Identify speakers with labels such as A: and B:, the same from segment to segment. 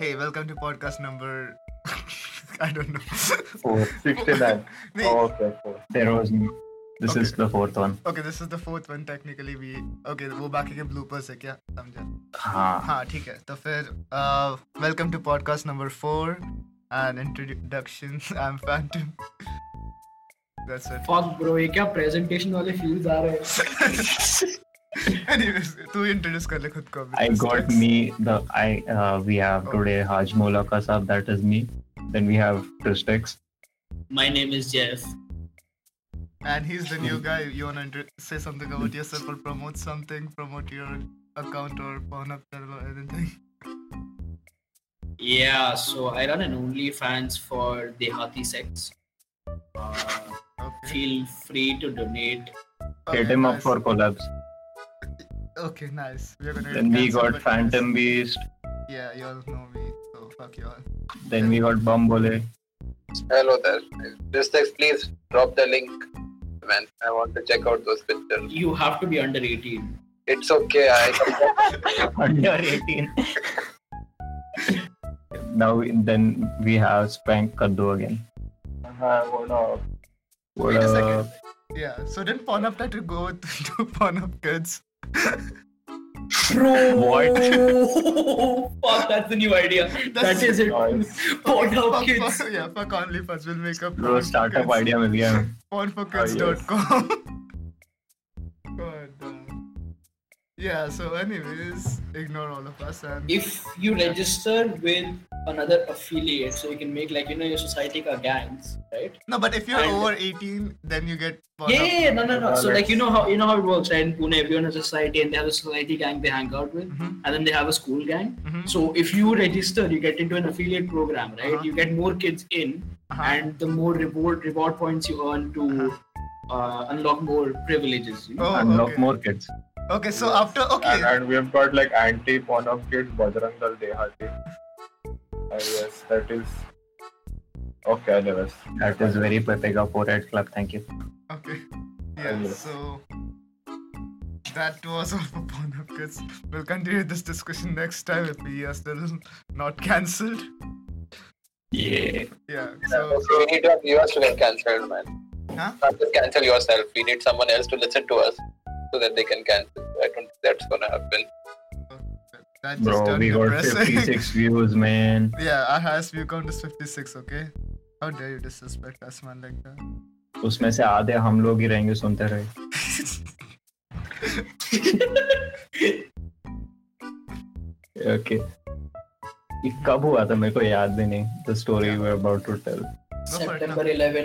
A: Hey, welcome to podcast number. I don't know.
B: Four, 69.
A: Wait,
B: Oh, okay, four.
C: There was. This
A: Okay.
C: is the fourth one.
A: okay, this is the fourth one technically we okay वो बाकी के bloopers है क्या समझा
C: हाँ
A: हाँ ठीक है तो फिर uh, welcome to podcast number four and introduction I am phantom that's
D: fuck bro ये क्या प्रेजेंटेशन वाले फील्स आ रहे हैं
A: इट एनीवेज तू इंट्रोड्यूस कर ले खुद को अभी।
C: I got me the I uh, we have
A: Oh.
C: today Haj Mola Kasab, that is me. Then we have Tristex.
E: My name is Jeff.
A: and he's the new guy you want to say something about yourself or promote something promote your account or phone up or anything
E: Yeah, so I run an OnlyFans for the Hathi Sex. Uh,
A: okay,
E: feel free to donate.
C: Hit
A: Okay,
C: him
A: Oh,
C: up
A: nice.
C: for collabs.
A: okay nice we're gonna
C: Then we
A: cancel,
C: got
A: but-
C: Phantom Beast.
A: yeah you all know me so fuck you all
C: Then we got Bombole.
B: Hello there. Just text, please drop the link, man. I want to check out those pictures.
E: You have to be under 18.
B: It's okay. I
C: Under 18. now we, then we have Spank Kaddu again.
B: uh, wanna
C: What
A: Wait a
C: up?
A: second. Yeah, so didn't Pornhub try to go with- to Pornhub kids?
E: Bro!
C: What?
E: Fuck, that's the new idea.
A: That's-
E: That is it.
C: Nice.
E: Pornhub
A: Fuck-
E: kids.
A: fuck- yeah, fuck OnlyFans, we'll make up.
C: Bro, startup idea मिल गया हमें.
A: Pornforkids.com.
C: Oh,
A: God damn. Yeah, so anyways, ignore all of us and
E: If you register with another affiliate, so you can make like, you know, your society ka gangs, right?
A: no, but if you're
E: and-
A: over 18, then you get Pornhub.
E: Yeah, yeah, yeah, no, no, no. So
B: Alright.
E: like, you know how you know how it works, right? In Pune, everyone has a society, and they have a society gang they hang out with,
A: Mhm.
E: and then they have a school gang.
A: Mhm.
E: So if you register, you get into an affiliate program, right?
A: Uh-huh.
E: You get more kids in,
A: Uh-huh.
E: and the more reward reward points you earn to uh, unlock more privileges. You know?
A: Oh,
C: Unlock
A: okay.
C: more kids.
A: Okay, so after
B: and,
A: okay,
B: and we've got like anti porn of kids Bajrang Dal Dehati. I guess that is okay. I never.
C: That is very Pepega 4 at club. Thank you.
A: okay, yeah.
B: Unlock.
A: So that was all for Pornhub kids. We'll continue this discussion next time if we are still not cancelled.
C: Yeah.
A: Yeah. So
B: we need your viewers to get cancelled, man.
A: Huh?
B: Not just cancel yourself. We need someone else to listen to us so that they can cancel. I don't think that's gonna happen.
A: that just
C: Bro,
A: turned
C: we got
A: depressing.
C: 56 views, man.
A: yeah, our highest view count is 56. Okay. How dare you disrespect us, man, like that?
C: उसमें से आधे हम लोग ही रहेंगे सुनते रहे okay ये कब हुआ था मेरे को याद भी नहीं the story we about to tell
A: for it,
E: September 11.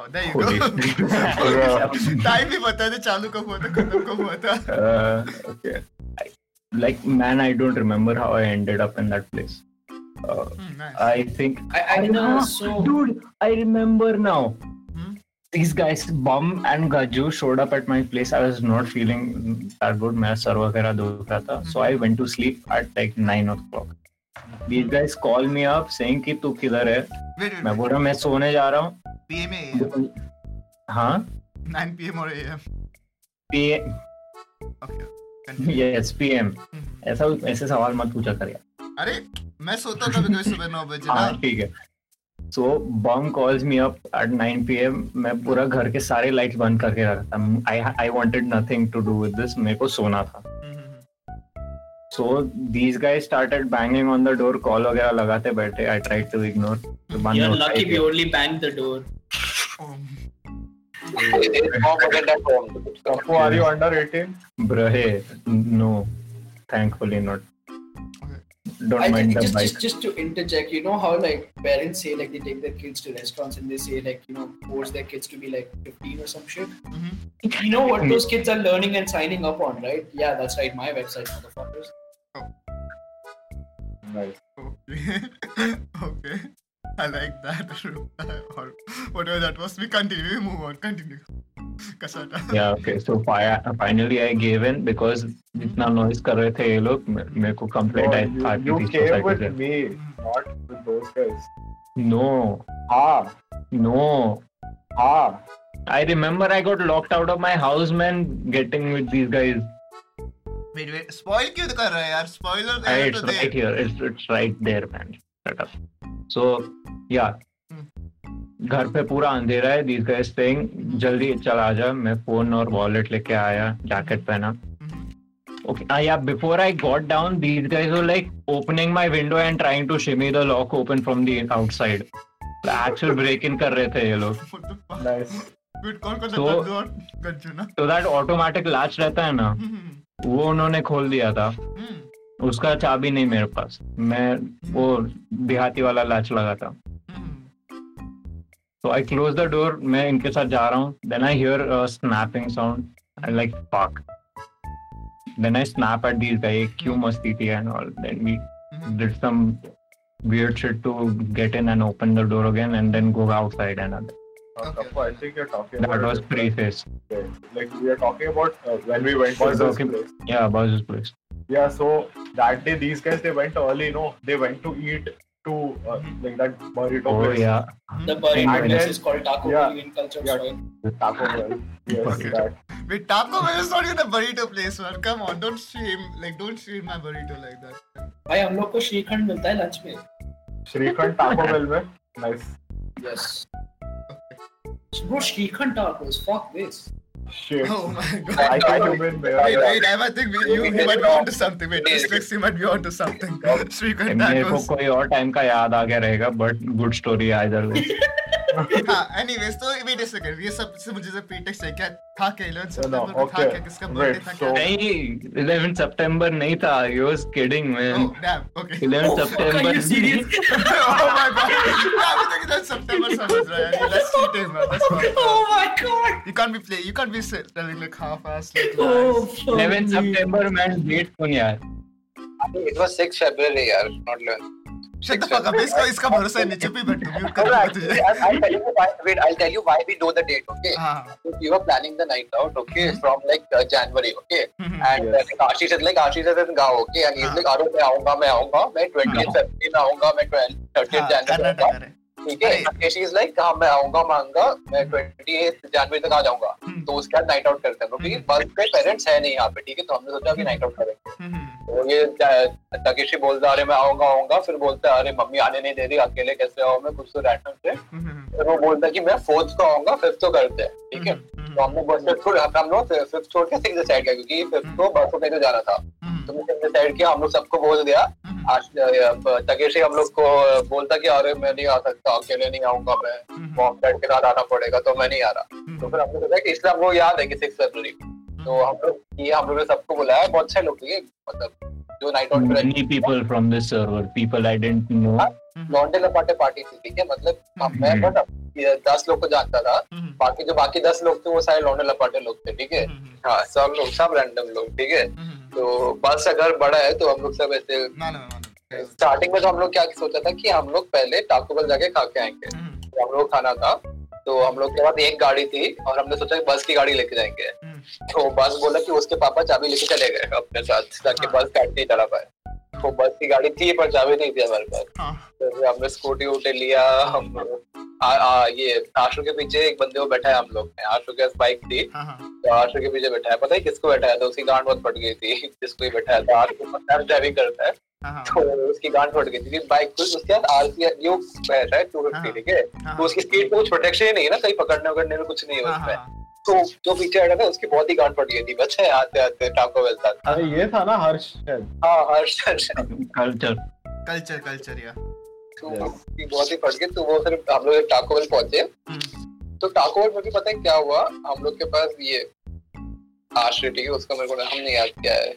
A: Oh, there you
C: Holy
A: go.
C: shit.
A: Time भी बता दे चालू कब हुआ था खत्म कब हुआ था
C: Uh, okay like man I don't remember how I ended up in that place
A: Hmm, nice.
C: I think
E: I, I don't know. So
C: dude i remember now
A: Hmm?
C: these guys bum and gaju showed up at my place i was not feeling that good मेरा सर वगैरह दुख रहा था
E: Hmm.
C: so i went to sleep at like 9 o'clock these guys call me up saying कि तू किधर है
A: Wait, wait,
C: मैं
A: wait.
C: बोल रहा हूँ मैं सोने जा रहा हूँ
A: PM AM.
C: हाँ
A: 9 PM or AM.
C: P
A: Okay. continue.
C: Yes PM
A: Hmm.
C: ऐसा ऐसे सवाल मत पूछा कर यार
A: अरे मैं सोता था तो कभी सुबह नौ बजे ना
C: हाँ ठीक है so bum calls me up at 9 PM मैं पूरा घर के सारे लाइट्स बंद करके रखा था I I wanted nothing to do with this मेरे को सोना था
A: hmm, hmm, hmm.
C: So these guys started banging on the door, call वगैरह लगाते बैठे. I tried to ignore. तो बंद नहीं
E: you're
C: होता
E: lucky
C: है
E: we only banged the door.
A: Oh,
B: Kapu, are you under 18?
C: कि- Bro, hey, no, thankfully not. Don't
E: I
C: mind
E: think
C: the
E: just,
C: bike.
E: just just to interject, you know how like parents say like they take their kids to restaurants and they say like you know force their kids to be like 15 or some shit.
A: Mhm.
E: You know what those kids are learning and signing up on, right? Yeah, that's right. My website, motherfuckers.
B: Nice.
A: okay. okay. I like that. or whatever that was. We continue. We move on. Continue. Kasata.
C: Yeah, okay. So fi- finally I gave in because इतना noise कर रहे थे ये लोग मे- मेरे को complaint आई
B: No,
C: था कि
B: you, you
C: these
B: came with
C: society
B: me, not with those guys.
C: से- No,
B: Ah,
C: no.
B: ah.
C: I remember I got locked out of my house, man, getting with these guys.
A: Wait wait spoil क्यों कर रहा है यार spoiler दे
C: Hey,
A: रहा
C: it's
A: तो
C: right
A: they
C: here. It's, it's right there, man. Shut up. So, yeah. घर पे पूरा अंधेरा है दिस गाइस सेइंग जल्दी चल आ जा मैं फोन और वॉलेट लेके आया जैकेट पहना
A: हम्म,
C: Okay, uh, yeah, before I got down, these guys were like opening my window and trying to shimmy the lock open from the outside. Actual break in कर रहे थे ये लोग
A: What the fuck?
F: Nice.
A: Good, कौन कौन सा
C: So-
A: कद्दू और गज्जू ना
C: तो दैट ऑटोमेटिक लैच रहता है ना
A: हम्म,
C: वो उन्होंने खोल दिया था
A: हम्म,
C: उसका चाबी नहीं मेरे पास मैं वो देहाती वाला लैच लगा था
A: हम्म,
C: So I close the door, मैं इनके साथ जा रहा हूँ Then I hear a snapping sound. I'm like, fuck. Then I snap at these guys, क्यों मस्ती थी and all. Then we
A: hmm.
C: did some weird shit to get in and open the door again and then go outside and all.
F: Uh,
A: Okay.
F: Kappa, I think you're talking about
C: That
F: a
C: was
F: different
C: preface.
F: place. Like we are talking about uh, when we went
C: Was
F: to this
C: okay.
F: place.
C: Yeah, about this place.
F: Yeah, so that day these guys they went early, you know, they went to eat to uh,
A: Mm-hmm.
F: like that burrito
C: Oh
F: place.
C: yeah.
G: The burrito
F: And
G: place
F: then-
G: is called Taco
F: yeah.
G: Bell in culture.
F: Yeah.
G: Soil.
F: Taco Bell. Yes,
C: Okay.
F: that.
A: Wait, Taco Bell is not even a burrito place, man. Come on, don't shame, like, don't shame my burrito like that.
G: भाई हम लोग को श्रीखंड मिलता है lunch में
F: Shrikhand Taco Bell में. Nice.
G: Yes bro shrikhand tacos fuck this
F: Shit.
A: Oh my god.
F: I can't even
A: Wait,
F: bear
A: wait, I might think we- you, you might be onto something. Wait, dyslexia might be onto something. Srikanth
C: मेरे को
A: tacos.
C: कोई और time का याद आ गया रहेगा but good story either way
A: हाँ, anyways, तो wait a second. ये सब से मुझे सब pretext है क्या था क्या 11 सितंबर को था
F: okay.
A: क्या किसका
F: Wait,
A: बर्थडे था
F: so-
A: क्या
C: नहीं 11 सितंबर नहीं था I was kidding man
A: Oh, damn. Okay.
C: 11
G: are you
C: सितंबर
G: serious
A: oh my god. Yeah, I think that's September समझ रहा है. That's cheating, man. That's
G: oh
A: not.
G: my god
A: You can't be play. You can't be se- telling like half-assed like
G: oh
A: lies.
G: fuck
C: 11
G: me.
C: September man date सुन यार
B: It was 6 February, yeah, not 11.
A: Shut the fuck up. इसका इसका भरोसा है नीचे पे बैठ mute कर
B: No,
A: दूंगा तुझे.
B: no, actually, I'll, I'll tell you why. Wait, I'll tell you why we know the date. Okay,
A: हाँ.
B: so we were planning the night out. Okay,
A: Mm-hmm.
B: from like uh, January. Okay,
A: hmm.
B: and uh,
F: Yes.
B: like Ashish is like Ashish is in Gao. Okay, and he's
A: हाँ.
B: like, "Aro, मैं आऊँगा, मैं आऊँगा, मैं 20th February में आऊँगा, मैं 12th, 30th
A: हाँ,
B: January में
A: कर्नाटक
B: आऊँगा."
A: अरे.
B: ठीक है,
A: अरे।
B: Ashish is like, "हाँ, मैं आऊँगा, मैं आऊँगा, मैं 28th January तक आ जाऊँगा."
A: हम्म.
B: तो उसके बाद नाइट आउट करते हैं क्योंकि
A: हम्म.
B: बस के पेरेंट्स है नहीं यहाँ पे ठीक है तो हमने सोचा अभी नाइट आउट करेंगे
A: हम्म.
B: तो ये तकेशी बोलता अरे मैं आऊंगा आऊंगा फिर बोलता है अरे मम्मी आने नहीं दे रही अकेले कैसे आओ मैं कुछ तो रैंडम से
A: हम्म.
B: फिर वो बोलता है कि मैं फोर्थ को आऊंगा फिफ्थ को करते हैं ठीक है
A: हम्म.
B: तो हमने बस फिफ्थ को हम लोग फिफ्थ छोड़ के सिक्स डिसाइड किया क्योंकि फिफ्थ को बस को कहीं तो जाना था
A: हम्म.
B: तो मैंने डिसाइड किया हम लोग सबको बोल दिया
A: हम्म.
B: आज तकेशी हम लोग को बोलता कि अरे मैं नहीं आ सकता अकेले नहीं आऊंगा मैं
A: हम्म.
B: मॉम डैड के साथ आना पड़ेगा तो मैं नहीं आ रहा तो
A: हम्म.
B: फिर हमने सोचा कि इसलिए हमको याद है कि सिक्स फरवरी तो हम लोग ये हम लोग ने सबको बुलाया बहुत सारे लोग थे मतलब जो नाइट आउट पे
C: many people from this server people I didn't know
B: लॉन्डे लपाटे पार्टी थी ठीक है मतलब हम- मैं
C: हम्म।
B: बस ये दस लोग को जानता था
A: हम्म.
B: बाकी जो बाकी दस लोग थे वो सारे लॉन्डे लपाटे लोग थे ठीक है
A: हम्म.
B: हाँ सब लोग सब रैंडम लोग ठीक है
A: हम्म.
B: तो बस अगर बड़ा है तो हम लोग सब ऐसे
A: मालूम है, मालूम है।
B: स्टार्टिंग में तो हम लोग क्या सोचा था कि हम लोग पहले टाको बल जाके खा के आएंगे
A: हम्म.
B: तो हम लोग खाना था तो हम लोग के पास एक गाड़ी थी और हमने सोचा कि बस की गाड़ी लेके जाएंगे
A: हम्म.
B: तो बस बोला कि उसके पापा चाबी लेके चले गए अपने साथ ताकि
A: हाँ।
B: बस गाड़ी नहीं चला पाए तो बस की गाड़ी थी पर चाबी नहीं थी हमारे पास
A: हाँ.
B: तो फिर हमने स्कूटी उठे लिया हम आ, आ, ये आशु के पीछे एक बंदे को बैठाया हम लोग ने आशु के बाइक थी
A: हाँ, हाँ.
B: तो आशु के पीछे बैठाया पता है किसको बैठाया था उसकी गांड बहुत फट गई थी जिसको ही बैठाया था आशु ड्राइविंग करता है
A: हाँ, हाँ.
B: तो उसकी गांड फट गई थी बाइक को उसके बाद आरपीएफ जो बैठा है टू
A: हाँ।
B: फिफ्टी ठीक है
A: हाँ,
B: तो उसकी स्पीड में कुछ प्रोटेक्शन ही नहीं है ना कहीं पकड़ने वकड़ने में कुछ नहीं है
A: हाँ,
B: उसमें
A: हाँ.
B: तो जो पीछे बैठा था उसकी बहुत ही गांड फट गई थी बच्चे आते आते टाको बेल था
F: अरे ये था ना हर्ष शायद
B: हाँ हर्ष हर्ष
C: culture
A: कल्चर कल्चर या
B: तो उसकी बहुत ही फट गई तो वो फिर हम लोग टाको बेल पहुंचे
A: हम्म.
B: तो टाको बेल मुझे पता है क्या हुआ हम लोग के पास ये आश्रय ठीक है उसका मेरे को नाम नहीं याद क्या है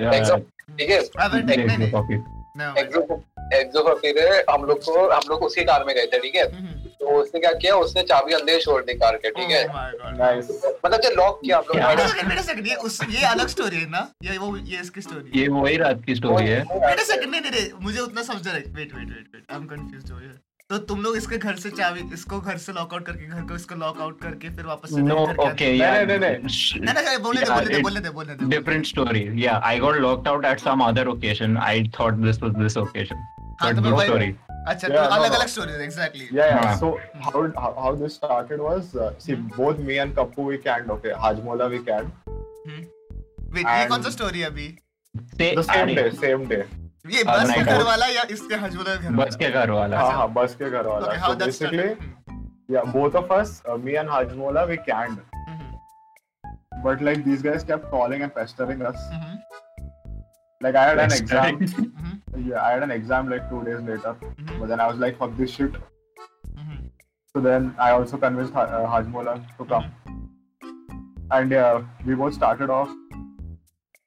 C: yeah
B: एग्जो ठीक है
A: हाँ, but नहीं, नहीं,
C: yeah,
A: नहीं.
C: coffee.
A: No, but-
B: एग्जो एग्जो का फिर हम लोग को हम लोग उसी कार में गए थे ठीक है
A: हम्म.
B: तो उसने क्या किया उसने चाबी अंदर ही छोड़ दी कार के ठीक है
A: Oh my God.
F: नाइस
A: हाँ।
B: मतलब जो लॉक किया हम लोग
C: क्या?
A: Wait a second, wait a second. ये उस ये अलग स्टोरी है ना ये वो ये इसकी स्टोरी है
C: ये वही रात की स्टोरी है
A: वेट अ सेकंड नहीं नहीं, नहीं मुझे उतना समझा नहीं wait wait wait wait I am confused हो तो तुम लोग इसके घर से चाबी इसको घर से लॉक आउट करके घर को इसको लॉक आउट करके फिर वापस से
C: no
A: घर के
C: okay
A: अंदर-
C: yeah
F: नहीं, नहीं, नहीं.
C: sh-
A: नहीं नहीं बोलने दे
C: Yeah,
A: बोलने दे
C: it-
A: बोलने दे बोलने दे
C: different story yeah I got locked out at some other occasion I thought this was this occasion
A: हाँ,
C: but
A: तो मैं
C: good
A: वही-
C: story
A: अच्छा
F: Yeah, no,
A: अलग
F: no.
A: अलग स्टोरी है exactly
F: Yeah, yeah.
C: Yeah.
F: So how, how how this
A: Hmm.
F: started was uh, see both me and Kappu we canned okay Hajmola we canned
A: wait ये
F: And-
A: कौन सा story है अभी
C: से
F: the same
C: अरे,
F: day same day
A: ये
C: हाँ,
A: बस
C: नहीं,
A: के
C: वो-
A: घर वाला या इसके हजूला के घर
C: बस के घर वाला
F: हाँ हाँ बस के घर वाला
A: Okay,
F: so
A: how that
F: basically
A: started?
F: yeah both of us uh, me and Hajmola we canned
A: Hmm, mhm,
F: but like these guys kept calling and pestering us
A: mhm,
F: like I had an
C: Pestering.
F: exam
A: mhm,
F: yeah I had an exam like two days later
A: mhm,
F: but then I was like fuck this shit
A: mhm.
F: So then I also convinced Ha- uh, Hajmola to come.
A: Mm-hmm.
F: And yeah, we both started off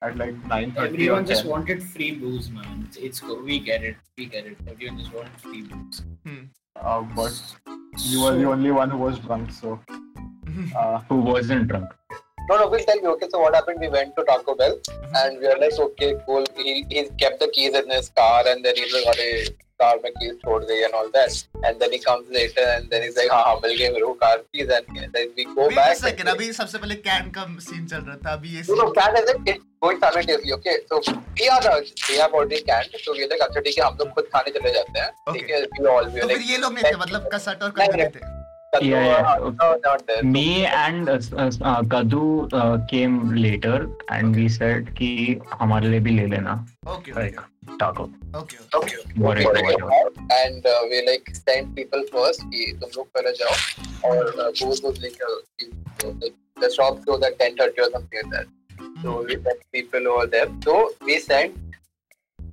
F: at like 9.30
G: Everyone
F: or
G: just
F: 10.
G: wanted free booze, man. It's, it's go- we get it, we get it. Everyone just wanted free booze.
A: mm-hmm.
F: Uh, but you were the only one who was drunk, so... Uh,
C: who wasn't drunk.
B: No, no, we'll tell you. Okay, so what happened? We went to Taco Bell
A: Mm-hmm.
B: and we were like, okay, cool. He, he kept the keys in his car and then he's like, "Arey, car mein keys chhod gayi and all that. And then he comes later and then he's like, हाँ हाँ मिल गए मेरे को car keys and then we go
A: Wait a
B: back.
A: second, अभी सबसे पहले can का scene चल रहा था अभी ये
B: No,
A: scene-
B: no, can is like it's going simultaneously. Okay, so we are the we have already canned. So we are like, अच्छा ठीक है हम लोग खुद खाने चले जाते हैं.
A: Okay.
B: ठीक है, we all we
A: तो
B: are
A: फिर
B: like. हाँ,
A: ये लोग नहीं थे मतलब कसट और कंगन थे
C: Yeah, yeah, okay.
B: No, not there.
A: Hmm.
C: Me and uh, uh, Kadu uh, came later and we said कि हमारे लिए भी ले लेना
A: okay
C: like taco
A: okay
B: Okay. uh,
C: whatever whatever.
B: And they like send people first कि तुम लोग पहले जाओ और वो तो like the shop close at 10:30 or something like that
A: Mm-hmm,
B: so we sent people over there so we sent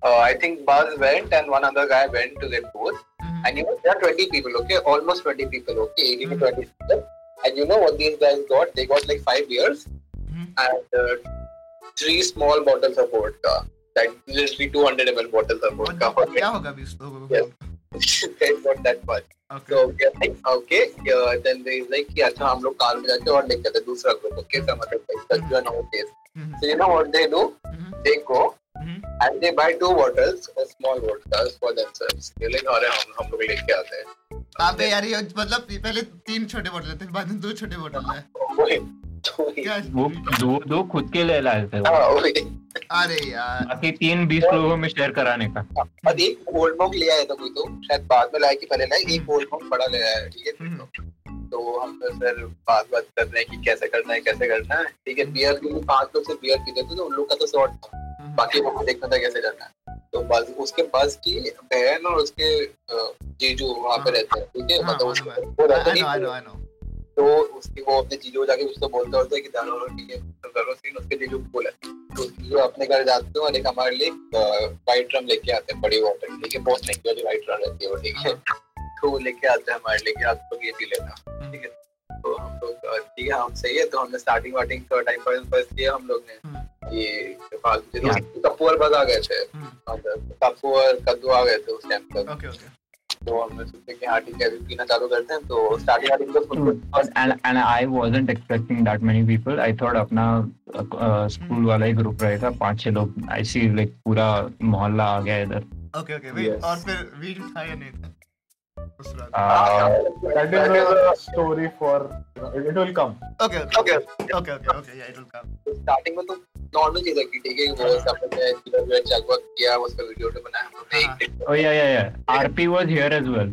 B: uh, i think buzz went and one other guy went to get food
A: mm-hmm.
B: and you know there are 20 people okay almost 20 people okay 18 to 20 people and you know what these guys got they got like 5 beers and uh, three small bottles of vodka like literally 200 ml bottles of vodka for
A: क्या होगा अभी इस लोगों
B: Yes.
A: को
B: it's not that much.
A: Okay
B: So we are like, okay, yeah, then there is like, कि अच्छा हम लोग कार में जाते हैं और लेके आते हैं दूसरा तो group okay some other like such one hour case
A: Mhm.
B: So you know what they do
A: Mhm.
B: They go
A: Mhm.
B: And they buy two bottles small vodkas for themselves ये लाइक अरे हम हम लोग लेके आते
A: अबे यार ये मतलब पहले तीन छोटे बोतल थे बाद में दो छोटे बोतल है
B: हैं वही वही
A: क्या
C: वो दो दो खुद के ले लाए थे
B: हाँ वही
A: अरे यार
C: बाकी तीन बीस लोगों में शेयर कराने का
B: और एक कोल्ड मॉक ले आया था कोई तो शायद बाद में लाया कि पहले लाए
A: हम्म।
B: एक कोल्ड मॉक बड़ा ले आया ठीक है तो हम तो सर बात बात कर रहे हैं कि कैसे करना है कैसे करना है ठीक है
A: हम्म।
B: बियर के लिए पांच लोग से बियर पीते थे तो उन लोग का तो शॉर्ट था बाकी वो देखना था कैसे करना है तो बस उसके बस की बहन और उसके अ, जीजू वहाँ पे रहते हैं ठीक है
A: हाँ,
B: मतलब
A: मालूम है।
B: उसके- वो रहते
A: आई नो आई नो
B: नहीं
A: आई नो
B: तो उसके वो अपने जीजू को जाके उसको बोलते होते हैं कि दारू वारू ठीक है तो करो सीन उसके जीजू को बोला तो जीजू अपने घर जाते हैं और एक हमारे लिए वाइट ड्रम लेके आते हैं बड़ी वाटर ठीक है बहुत महंगी वाली वाइट ड्रम रहती है वो ठीक है तो वो लेके आते हैं हमारे लिए कि आप लोग ये पी लेना ठीक
A: Mm-hmm.
B: है तो हम लोग अ, ठीक है हम सही है तो हमने स्टार्टिंग वार्टिंग का टाइम पर फर्स्ट किया हम लोग ने ये फालतू जो कपूर बस आ गए थे हाँ, तो कपूर कद्दू आ गए थे उस टाइम पर
A: ओके ओके
B: तो हमने सोचा कि हाँ ठीक है अभी पीना चालू करते हैं तो स्टार्टिंग वार्टिंग तो
C: हाँ।
B: Full
C: and and I wasn't expecting that many people. I thought uh, अपना स्कूल वाला ही ग्रुप रहेगा पांच छह लोग I see like पूरा मोहल्ला आ गया इधर
A: ओके ओके वेट और
F: Yes.
A: फिर वीड था या नहीं था उस रात
C: Uh,
F: that is a story for... you know, It, it will come.
A: Okay okay
B: Okay.
A: Okay okay okay या इट विल कम
B: स्टार्टिंग में तो नॉर्मल चीज है कि ठीक है कि वो सब ने जो जो चगवक किया उसका वीडियो तो बनाया हमने
A: हाँ।
B: एक दिन
C: oh yeah yeah yeah. RP was here as well.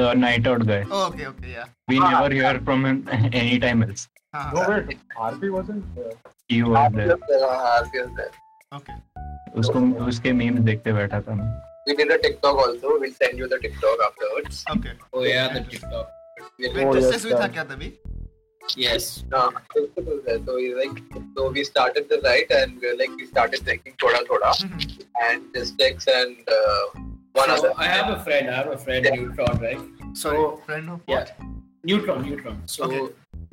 C: The night out guy.
A: Okay okay या
C: We never hear from him anytime else.
A: हां
F: No, wait. RP wasn't there.
C: He was there.
B: में
A: okay
C: उसको उसके memes देखते बैठा था मैं.
B: We did a TikTok also. We'll send you the TikTok afterwards.
A: Okay
G: Oh yeah, the TikTok.
A: Wait
F: Oh,
A: this
F: yes,
A: this हुई था
F: sir.
A: क्या तभी
G: Yes.
B: Uh, so we like so we started the ride and we were like we started drinking thoda thoda and this text and uh, one
G: So,
B: other
G: I have a friend. I have a friend,
B: Yeah.
G: Neutron, right?
A: Sorry
G: So,
A: friend of
G: Yeah. Neutron, Neutron. So
A: Okay.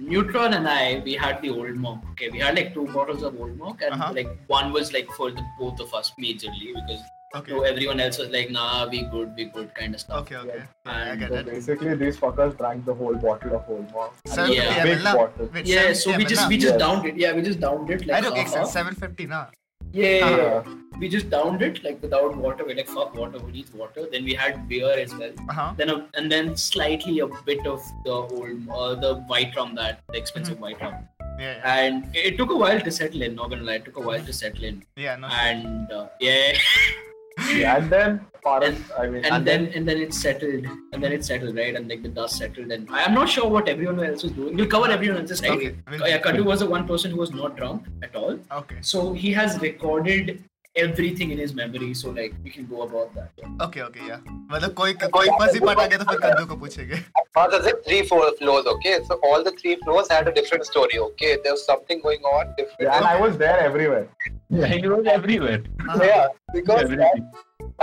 G: Neutron and I, we had the old monk. Okay, we had like two bottles of old monk, and
A: Uh-huh.
G: like one was like for the both of us majorly because
A: Okay.
G: so everyone else was like, nah, we good, we good, kind of stuff.
A: Okay, okay.
G: Yeah.
A: I get
F: So
A: it.
F: basically, these fuckers drank the whole bottle of Old Mall.
A: Seven
G: Yeah.
A: fifty
F: Big
A: ml na?
F: bottle.
A: Wait,
G: Yeah,
A: 750
G: so we
A: ml
G: just
A: na?
G: we just
F: Yeah.
G: downed it. Yeah, we just downed it.
A: I
G: Like,
A: don't
G: uh-huh.
A: accept 750 na.
G: Yeah, yeah, yeah.
F: Uh,
A: Uh-huh.
G: we just downed it like without water. We're like, fuck water, who needs water? Then we had beer as well.
A: Uh-huh.
G: Then a, and then slightly a bit of the old uh, the white rum that the expensive
A: Mm-hmm.
G: white rum.
A: Yeah,
G: And it took a while to settle in. Not gonna lie, it took a while to settle in.
A: yeah, yeah, no.
G: And uh, yeah,
F: And then Paras, I mean,
G: and then and then it's settled and then it's settled right and like the dust settled and I am not sure what everyone else was doing. We'll cover everyone else's right.
A: Okay, we'll-
G: Oh, yeah, Kadu was the one person who was not drunk at all.
A: Okay.
G: So he has recorded everything in his memory. So like we can go about that.
A: Okay. Okay. Yeah. मतलब कोई कोई एक बार ही पटा गया तो फिर कद्दू को पूछेंगे.
B: But there's like three, four floors, okay? So all the three floors had a different story, okay? There was something going on different.
F: and I was there everywhere.
C: He was everywhere.
B: Yeah, because
C: Everything.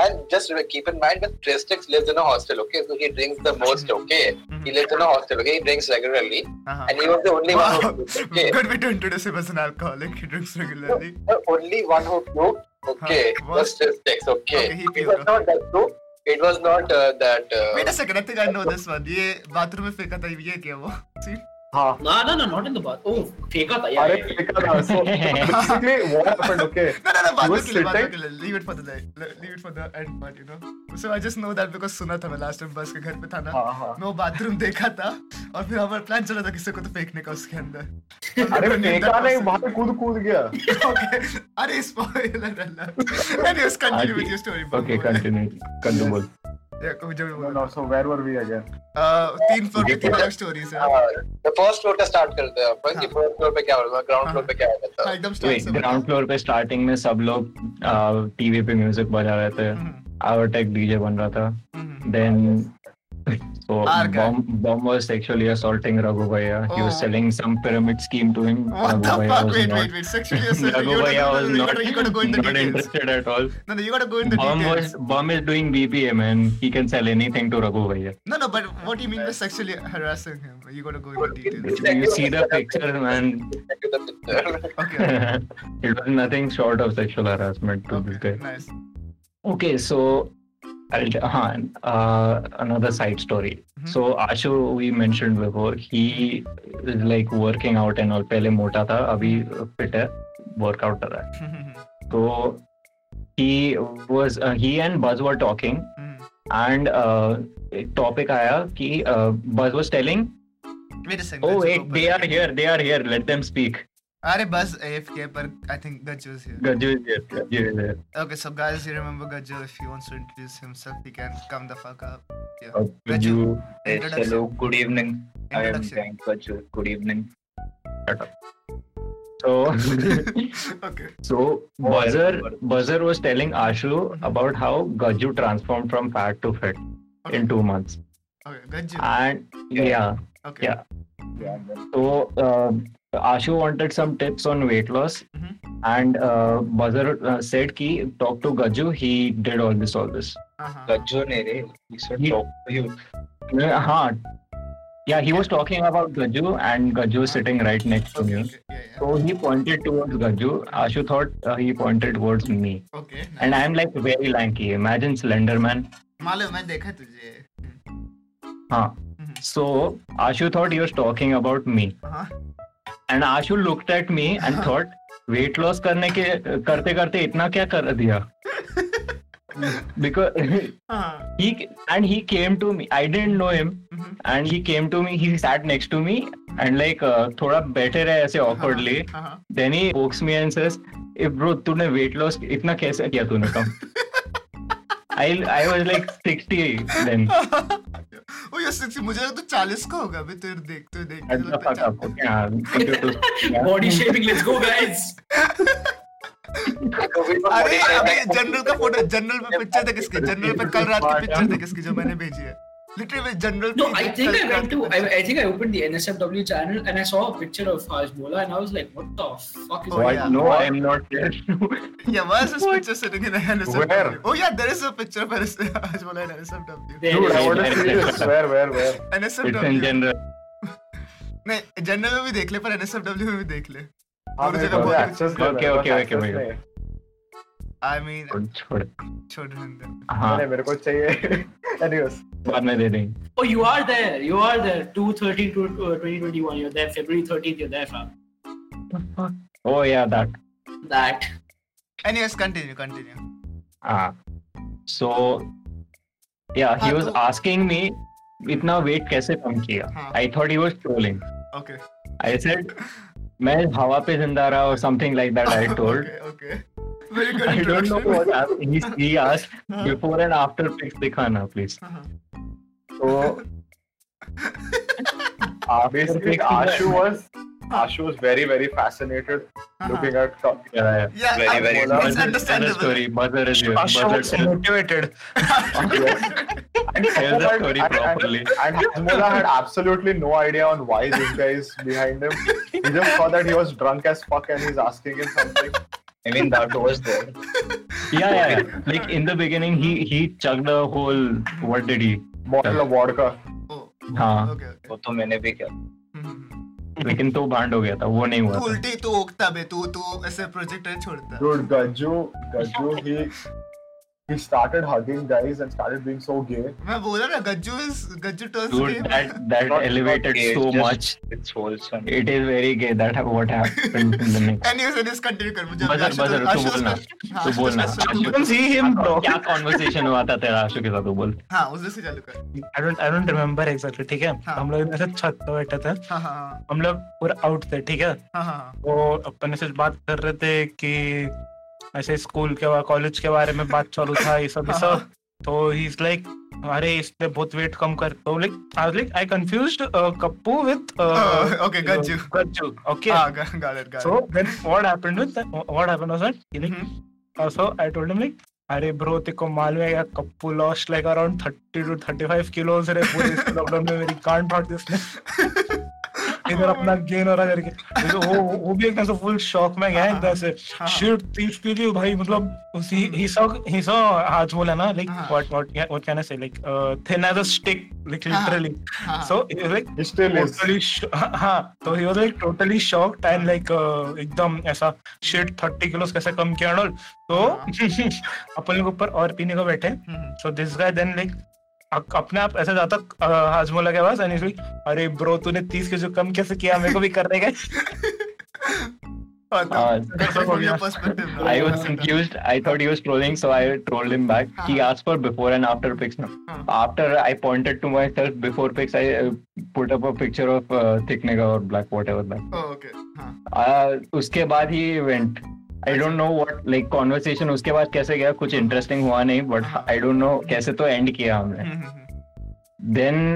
B: and just re- keep in mind that Tristix lives in a hostel, okay? So he drinks
A: Mm-hmm.
B: the most, okay? He lives in a hostel, okay? He drinks regularly,
A: Uh-huh.
B: and he was the only one
A: Wow.
B: who drinks, okay?
A: Good way to introduce him as an alcoholic. He drinks regularly.
B: The only one who puked, okay?
A: Huh,
B: Was Tristix,
A: Okay,
B: okay?
A: he
B: It
A: puked,
B: was not that too. It was not uh, that.
A: Wait
B: Uh,
A: a second. I think I know this one. ये bathroom में फेंका था ये क्या वो? See?
F: हाँ.
G: No, no, no, not in the bath. Oh, fake up. Yeah,
F: अरे
G: yeah, yeah.
F: फिकर था. So basically, what happened? Okay.
A: No, no, no.
F: He
A: बाद में
F: was
A: के लिए, बाद में
F: sitting.
A: के लिए. Leave it for the leave it for the end part, you know. So I just know that because सुना था मैं last time बस के घर पे था ना.
F: हाँ हाँ.
A: मैं वो बाथरूम देखा था और फिर हमारा प्लान चला था किसी को तो फेंकने का उसके अंदर
F: अरे
A: हमने
F: फेंका
A: that
F: नहीं
A: person-
F: भाई कूद कूद गया
A: Okay. अरे spoiler alert anyways continue with your story
C: Okay, continue. Kaddu bol.
A: या को जब Uh,
F: No, no, so where were we again?
A: तीन फ्लोर पे तीन अलग स्टोरीज है
B: uh, the first floor का start करते हैं अपन कि
A: हाँ.
B: first floor पे क्या हुआ ground floor uh, पे क्या हुआ था
A: एकदम
C: Wait,
A: स्टार्ट से
C: ग्राउंड फ्लोर पे स्टार्टिंग में सब लोग टीवी पे म्यूजिक बजा रहे थे
A: हम्म,
C: आवर्टेक डीजे बन रहा था Then, so
A: Our guy.
C: bomb, bomb was sexually assaulting Raghu Bhaiya. He was
A: Oh.
C: selling some pyramid scheme to him.
A: What the
C: Bhaiya
A: fuck?
C: was
A: Wait,
C: not-
A: wait, wait. Sexually assaulting.
C: Raghu
A: You gotta-
C: Bhaiya was
A: you
C: not,
A: gotta- you gotta go into
C: not
A: details.
C: interested at all.
A: No, no, you gotta go into
C: Bomb
A: details.
C: was bomb is doing BPA man. He can sell anything to Raghu Bhaiya.
A: No, no, but what do you mean by sexually harassing him? You gotta go into details.
C: You see the picture, man.
B: Back to the picture.
A: Okay.
C: it was nothing short of sexual harassment to this
A: Okay.
C: guy.
A: Nice.
C: Okay, so I'll, t- huh, uh, another side story.
A: Mhm.
C: So Ashu, we mentioned before, he is like working out and all. पहले मोटा था, अभी fit है, workout कर रहा है. So he was, uh, he and Buzz were talking, and uh, एक topic आया कि uh, Buzz was telling,
A: Wait a second.
C: oh
A: let's
C: wait,
A: go
C: they
A: back.
C: are here, they are here, let them speak.
A: अरे Buzz AFK पर I think Gajjo is here.
C: Gaju is here, Gaju is here.
A: Okay, so guys, you remember Gajjo if he wants to introduce himself, he can come the fuck up.
H: Uh,
A: Raju,
H: Gaju, yes,
A: introduction.
H: hello, good evening. I am
A: Introduction.
H: Frank Gaju. Good evening.
C: So.
A: okay.
C: So
H: Oh, I
C: Buzzer
H: remember.
C: Buzzer was telling Ashu about how Gaju transformed from fat to fit
A: Okay.
C: in two months,
A: Okay, Gajjo.
C: and yeah,
A: Okay.
C: Ah, yeah.
F: Yeah, and then
C: so uh, Ashu wanted some tips on weight loss,
A: Mhm.
C: and uh, Buzzer uh, said ki talk to Gaju. He did all this, all this.
A: Uh-huh.
H: Gaju ne re, he should
C: Ye-
H: talk to you.
C: Yeah, huh. uh, हाँ. yeah, he was talking about Gaju, and Gaju was sitting right next to
A: Okay,
C: me.
A: okay. Yeah, yeah.
C: So he pointed towards Gaju. Ashu thought uh, he pointed towards me,
A: Okay. nice.
C: and I'm like very lanky. Imagine slender man.
A: मालूम मैं देखा तुझे
C: Huh.
A: Mhm.
C: So Ashu thought he was talking about me,
A: हाँ
C: and Ashu looked at me and thought, weight loss करने के करते करते इतना क्या कर दिया? Because
A: हाँ
C: he and he came to me. I didn't know him,
A: Mhm.
C: and he came to me. He sat next to me and like uh, थोड़ा बैठे रहे ऐसे awkwardly.
A: हाँ
C: Then he pokes me and says, "Eh, bro, तूने weight loss इतना कैसे किया तूने कम?" I I was like 60 then.
A: वो ये सिक्स मुझे लगता है चालीस का होगा अभी तो तेरे देखते देखते
C: Shut the
A: लगता है
C: fuck up.
A: चालीस।
C: Okay, हाँ, computer to- yeah.
G: Body shaming. Let's go, guys.
B: So we were
C: हाँ।
A: अरे
B: modified
A: अभी
B: that-
A: जनरल का फोटो जनरल पे पिक्चर था किसकी जनरल पे कल रात
C: हाँ,
A: की पिक्चर था किसकी जो मैंने भेजी है literally general
G: No, I think I went to. I, I think I opened the NSFW channel and I saw a picture of Hajmola and I was like, what the fuck is
A: Oh,
C: What?
G: that?
A: yeah.
C: No, I am not here.
A: Yeah, why is this picture sitting in an NSFW?
F: Where?
A: Oh yeah, there is a picture of Hajmola in NSFW.
G: There
F: Dude,
G: it
F: I
G: is.
F: want to see this. Where, where, where?
C: it's in
A: NSFW
C: general.
A: नहीं general में भी देख ले पर NSFW में भी देख ले
F: हाँ,
A: दोनों
F: मेरे
A: जगह
F: पास
A: बहुत-
F: access
C: Okay,
F: नहीं है, मेरे
C: okay,
F: पास
C: okay,
F: access
C: okay.
F: नहीं है।
A: I mean
C: छोड़
A: children then.
C: हाँ
F: अरे, मेरे को चाहिए Anyways,
C: बाद में दे देंगे
G: Oh, you are there. You are there. 213 to uh, 2021. You're there. February 13th. You're there, fam.
C: oh yeah that
G: That.
A: Anyways, continue, continue.
C: ah so yeah he
A: हाँ,
C: was
A: तो-
C: asking me इतना weight कैसे कम किया
A: हाँ.
C: I thought he was trolling
A: Okay.
C: I said मैं हवा पे जिंदा रहा और something like that I told
A: Okay, okay. very good
C: I don't know
A: introduction.
C: what happened. He, he asked
A: Huh?
C: before and after pics दिखाना please.
A: Uh-huh.
C: So
F: Basically, Ashu was Ashu was very very fascinated
A: Uh-huh.
F: looking at co-
C: yeah, yeah.
A: Yeah,
H: Very,
A: I-
H: very
A: it's
H: good.
C: Tell the
A: understandable.
C: story. Buzzer is here. Buzzer tell,
H: motivated.
F: and
C: tell the
F: Mola-
C: story
F: and-
C: properly.
F: And, and Mola had absolutely no idea on why this guy is behind him. He just saw that he was drunk as fuck and he's asking him something.
H: I mean, that was there.
C: Yeah, yeah, yeah. Like in the beginning, he he chugged a whole. What did he?
F: Bottle of vodka.
A: Oh,
C: हाँ
A: okay, okay.
H: वो तो मैंने भी किया
A: हम्म।
C: लेकिन तो bond हो गया था वो नहीं हुआ
A: तू
C: था
A: उल्टी तू ओकता बे तू तू ऐसे प्रोजेक्ट नहीं छोड़ता
F: Dude, Gaju, Gaju, he he started hugging guys and started being so gay.
A: मैं बोला ना Gajju is Gajju turns
C: Dude,
A: gay.
C: that that
H: Not- not
C: elevated
H: gay,
C: so
H: just-
C: much.
H: It's wholesome.
C: It is very gay. That ha- what happened in the next.
A: Anyways, anyways, continue कर मुझे
C: buzzer buzzer तू बोलना तू बोलना
A: तू
C: You can see him, bro. क्या conversation हुआ था तेरा आशु के साथ वो बोल
A: हाँ उधर से चालू कर
I: I don't I don't remember exactly ठीक है
A: हाँ।
I: हम लोग ऐसे छत पे बैठे थे
A: हाँ हाँ हाँ,
I: हम लोग पूरा आउट थे ठीक है
A: हाँ हाँ
I: वो अपन ऐसे बात कर रहे थे कि ऐसे स्कूल के बारे कॉलेज के बारे में बात चालू था ये सब ये सब तो ही इज लाइक अरे इसने बहुत वेट कम कर तो like I like I confused uh, Kappu with
A: okay हाँ, गज्जू
I: गज्जू ओके
A: हाँ got- got it, got it.
I: So then what happened with what happened was that he like
A: Mm-hmm.
I: uh, so I told him like अरे bro तेरे को मालूम है क्या Kappu lost like around 30 to 35 kilos रे पूरे इस लॉकडाउन में मेरी कांड फाड़ दी उसने इधर अपना गेन हो रहा करके तो वो वो भी एकदम से फुल शॉक में गया एकदम से
A: हाँ, हाँ,
I: शिट तीस पी लियो भाई मतलब उसी ही सॉ ही सॉ हाथ बोला ना लाइक
A: हाँ।
I: What what what can I say like thin as a stick like
A: हाँ।
I: लिटरली
A: हाँ,
I: so like
F: He still is.
I: totally sh- हाँ तो he was like totally shocked and like uh, एकदम ऐसा shit 30 किलोस कैसे कम किया and all तो अपन लोग ऊपर और पीने को बैठे
A: हम्म,
I: Hmm. so this guy then like अक- अपने आप ऐसा जाता uh, हाजमोला के पास and he's like अरे ब्रो तूने 30 केजी कम कैसे किया मेरे को भी करने का
A: हाँ, तो
C: Uh,
A: continue from your perspective, bro.
C: I was confused. I thought he was trolling, so I trolled him back. He asked for before and after pics. Now, after I pointed to myself before pics, I uh, put up a picture of uh, thick nigga or black whatever that.
A: Oh, okay,
I: Hmm,
A: हाँ,
C: Uh, उसके बाद ही event I don't know what like conversation उसके बाद कैसे गया कुछ interesting हुआ नहीं बट आई डोंट नो कैसे तो एंड किया हमने
I: hmm,
A: हम्म, हम्म,
C: देन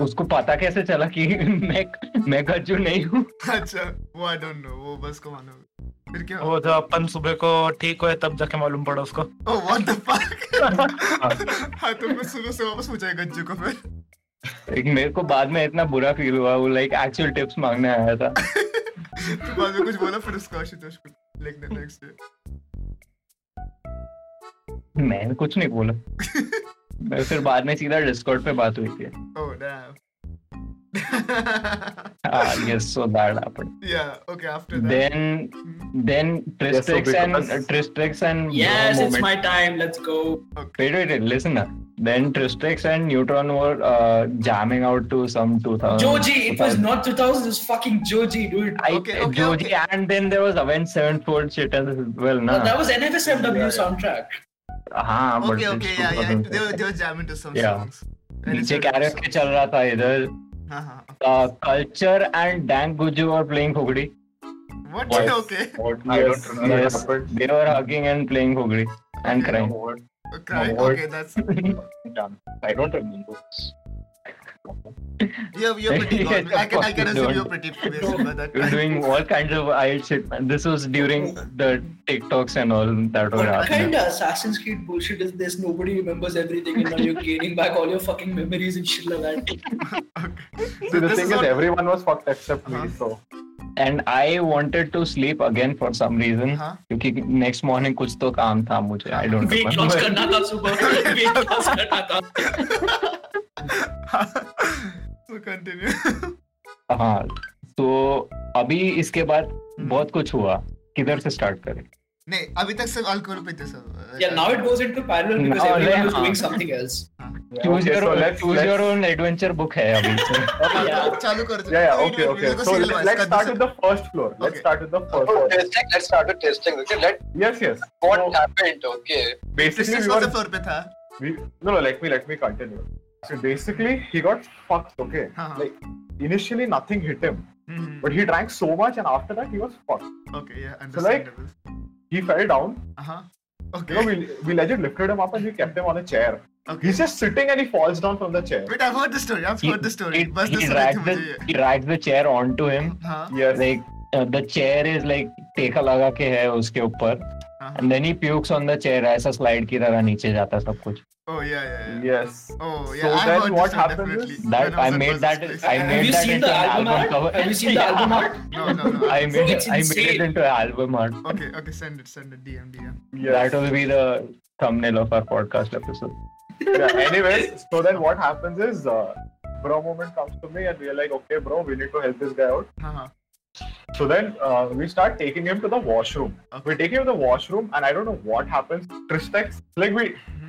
C: उसको पता कैसे चला कि मैं मैं गज्जू नहीं हूँ
A: अच्छा वो आई डोंट नो वो बस को मालूम फिर क्या
I: वो जब अपन सुबह को ठीक हुए तब जाके मालूम पड़ा उसको
A: ओ व्हाट द फक हाँ तुमने सुबह से वापस पूछा है गज्जू को फिर
C: Like, मेरे को बाद में इतना बुरा फील हुआ वो लाइक एक्चुअल टिप्स मांगने आया था
A: तू बाद में कुछ बोला फिर उसको आशुतोष को लेकिन नेक्स्ट डे
C: मैंने कुछ नहीं बोला मैं फिर बाद में सीधा डिस्कॉर्ड पे बात हुई थी
A: Oh damn.
C: Yes so that happened
A: yeah. Okay. After that.
C: Then then
F: so
C: Tristrix and
F: because-
C: Tristrix and
G: Yes, it's my time. Let's go.
C: Wait, wait, wait, listen up. Then Tristrix and Neutron were uh, jamming out to some
A: Uh,
C: 2000.
G: Joji, it was
C: 2000.
G: not 2000, it was fucking Joji, dude.
C: I,
A: Okay, okay,
C: Joji,
A: okay.
C: and then there was Avenged Sevenfold shit as well, na?
G: No, that was NFSMW soundtrack.
C: हाँ, but
A: okay.
C: it's
A: Okay. Yeah. Yeah.
C: 2000.
A: They were, they were jamming to some
C: Yeah.
A: songs.
C: नीचे कैरफ के चल रहा था इधर Uh,
A: Uh-huh.
C: Culture and dang Gujju और playing fugdi
A: What?
F: Yes.
A: Okay.
F: What?
H: I don't
F: Yes,
H: remember
F: yes.
C: Yes. they were hugging and playing fugdi and crying
H: What
A: Crying.
H: what?
A: Okay. That's
H: done? I don't remember. this.
A: you're, you're pretty
C: Yeah,
A: gone. I can I can
C: fucking
A: assume
C: don't.
A: you're pretty basic by that
C: we were
A: time.
C: doing all kinds of wild shit man. this was during the TikToks and all that
A: Oh,
C: were
G: What
C: happening
G: kind of Assassin's Creed bullshit is this? Nobody remembers everything and now you're gaining back all your fucking memories and shit like that.
F: See,
A: This
F: the thing
A: is
F: is,
A: what-
F: everyone was fucked except me.
A: Uh-huh.
F: So
C: and I wanted to sleep again for some reason
A: हाँ.
C: क्योंकि next morning कुछ तो काम था मुझे I don't
G: Weight loss
C: remember
G: करना था सुबह weight loss करना था
A: so continue.
C: हाँ तो अभी इसके बाद
A: Hmm.
C: बहुत कुछ हुआ किधर से स्टार्ट करें
A: नहीं अभी तक सिर्फ अल्कोहल पीते सब
G: yeah now it goes into parallel because
C: Now,
G: everyone is
C: yeah.
G: doing something else
F: yeah,
C: choose
F: okay,
C: your
F: so
C: own
F: let's
C: choose
F: let's-
C: your own adventure book है अभी तो। से
A: चालू चालू कर
F: Yeah, yeah, okay, okay. So let's, let's start with the first floor. Let's
A: Okay.
F: start with the first
B: Oh,
F: floor.
B: testing. Let's start with testing. Okay, let
F: Yes, yes.
B: what
F: So
B: happened. Okay,
F: basically, we
A: कौन से
F: were,
A: floor पे था
F: we, no, no, let me let me continue. So basically, he got fucked. Okay,
A: हाँ, हाँ.
F: like initially
A: Hmm,
F: nothing hit him, but he drank so much, and after that he was fucked.
A: Okay या
F: So like,
A: understandable
F: He fell down.
A: Uh huh.
F: You know,
A: Okay.
F: we, we legit lifted him up and we kept him on a chair.
A: Okay.
F: He's just sitting and he falls down from the chair.
A: Wait, I've heard the story. I've
C: He-
A: heard the story.
C: He,
A: बस
C: he
A: the सुनी थी
C: dragged
A: मुझे ये.
C: the, he dragged the chair onto him.
A: हाँ.
F: Yes.
C: Like uh, the chair is like टेका लगा के है उसके ऊपर
A: हाँ.
C: and then he pukes on the chair ऐसा slide की तरह नीचे जाता है सब कुछ.
A: Oh yeah, yeah, yeah.
F: Yes.
A: Oh yeah.
F: So
A: I've heard
F: then what
A: this one,
F: happened
A: definitely.
F: is-
A: When
C: That
A: was
C: I
A: at
C: made that
A: Buzz's place.
C: I
G: Have
C: made
G: you
C: that
G: seen
C: into
G: the
C: an
G: album
C: album
G: art?
C: cover.
G: Have you seen the album art?
A: No, no, no.
C: I
A: I've-
G: Bro,
C: made
G: it's
C: I made it
G: insane.
C: into an album art.
A: Okay, okay. Send it. Send it. DM, DM.
F: Yes.
C: That will be the thumbnail of our podcast episode.
F: yeah, anyways, so then what happens is, uh, bro moment comes to me and we're like, okay, bro, we need to help this guy out.
A: हाँ, हाँ.
F: So then uh, we start taking him to the washroom. We take him to the washroom, and I don't know what happens. Tristex, like we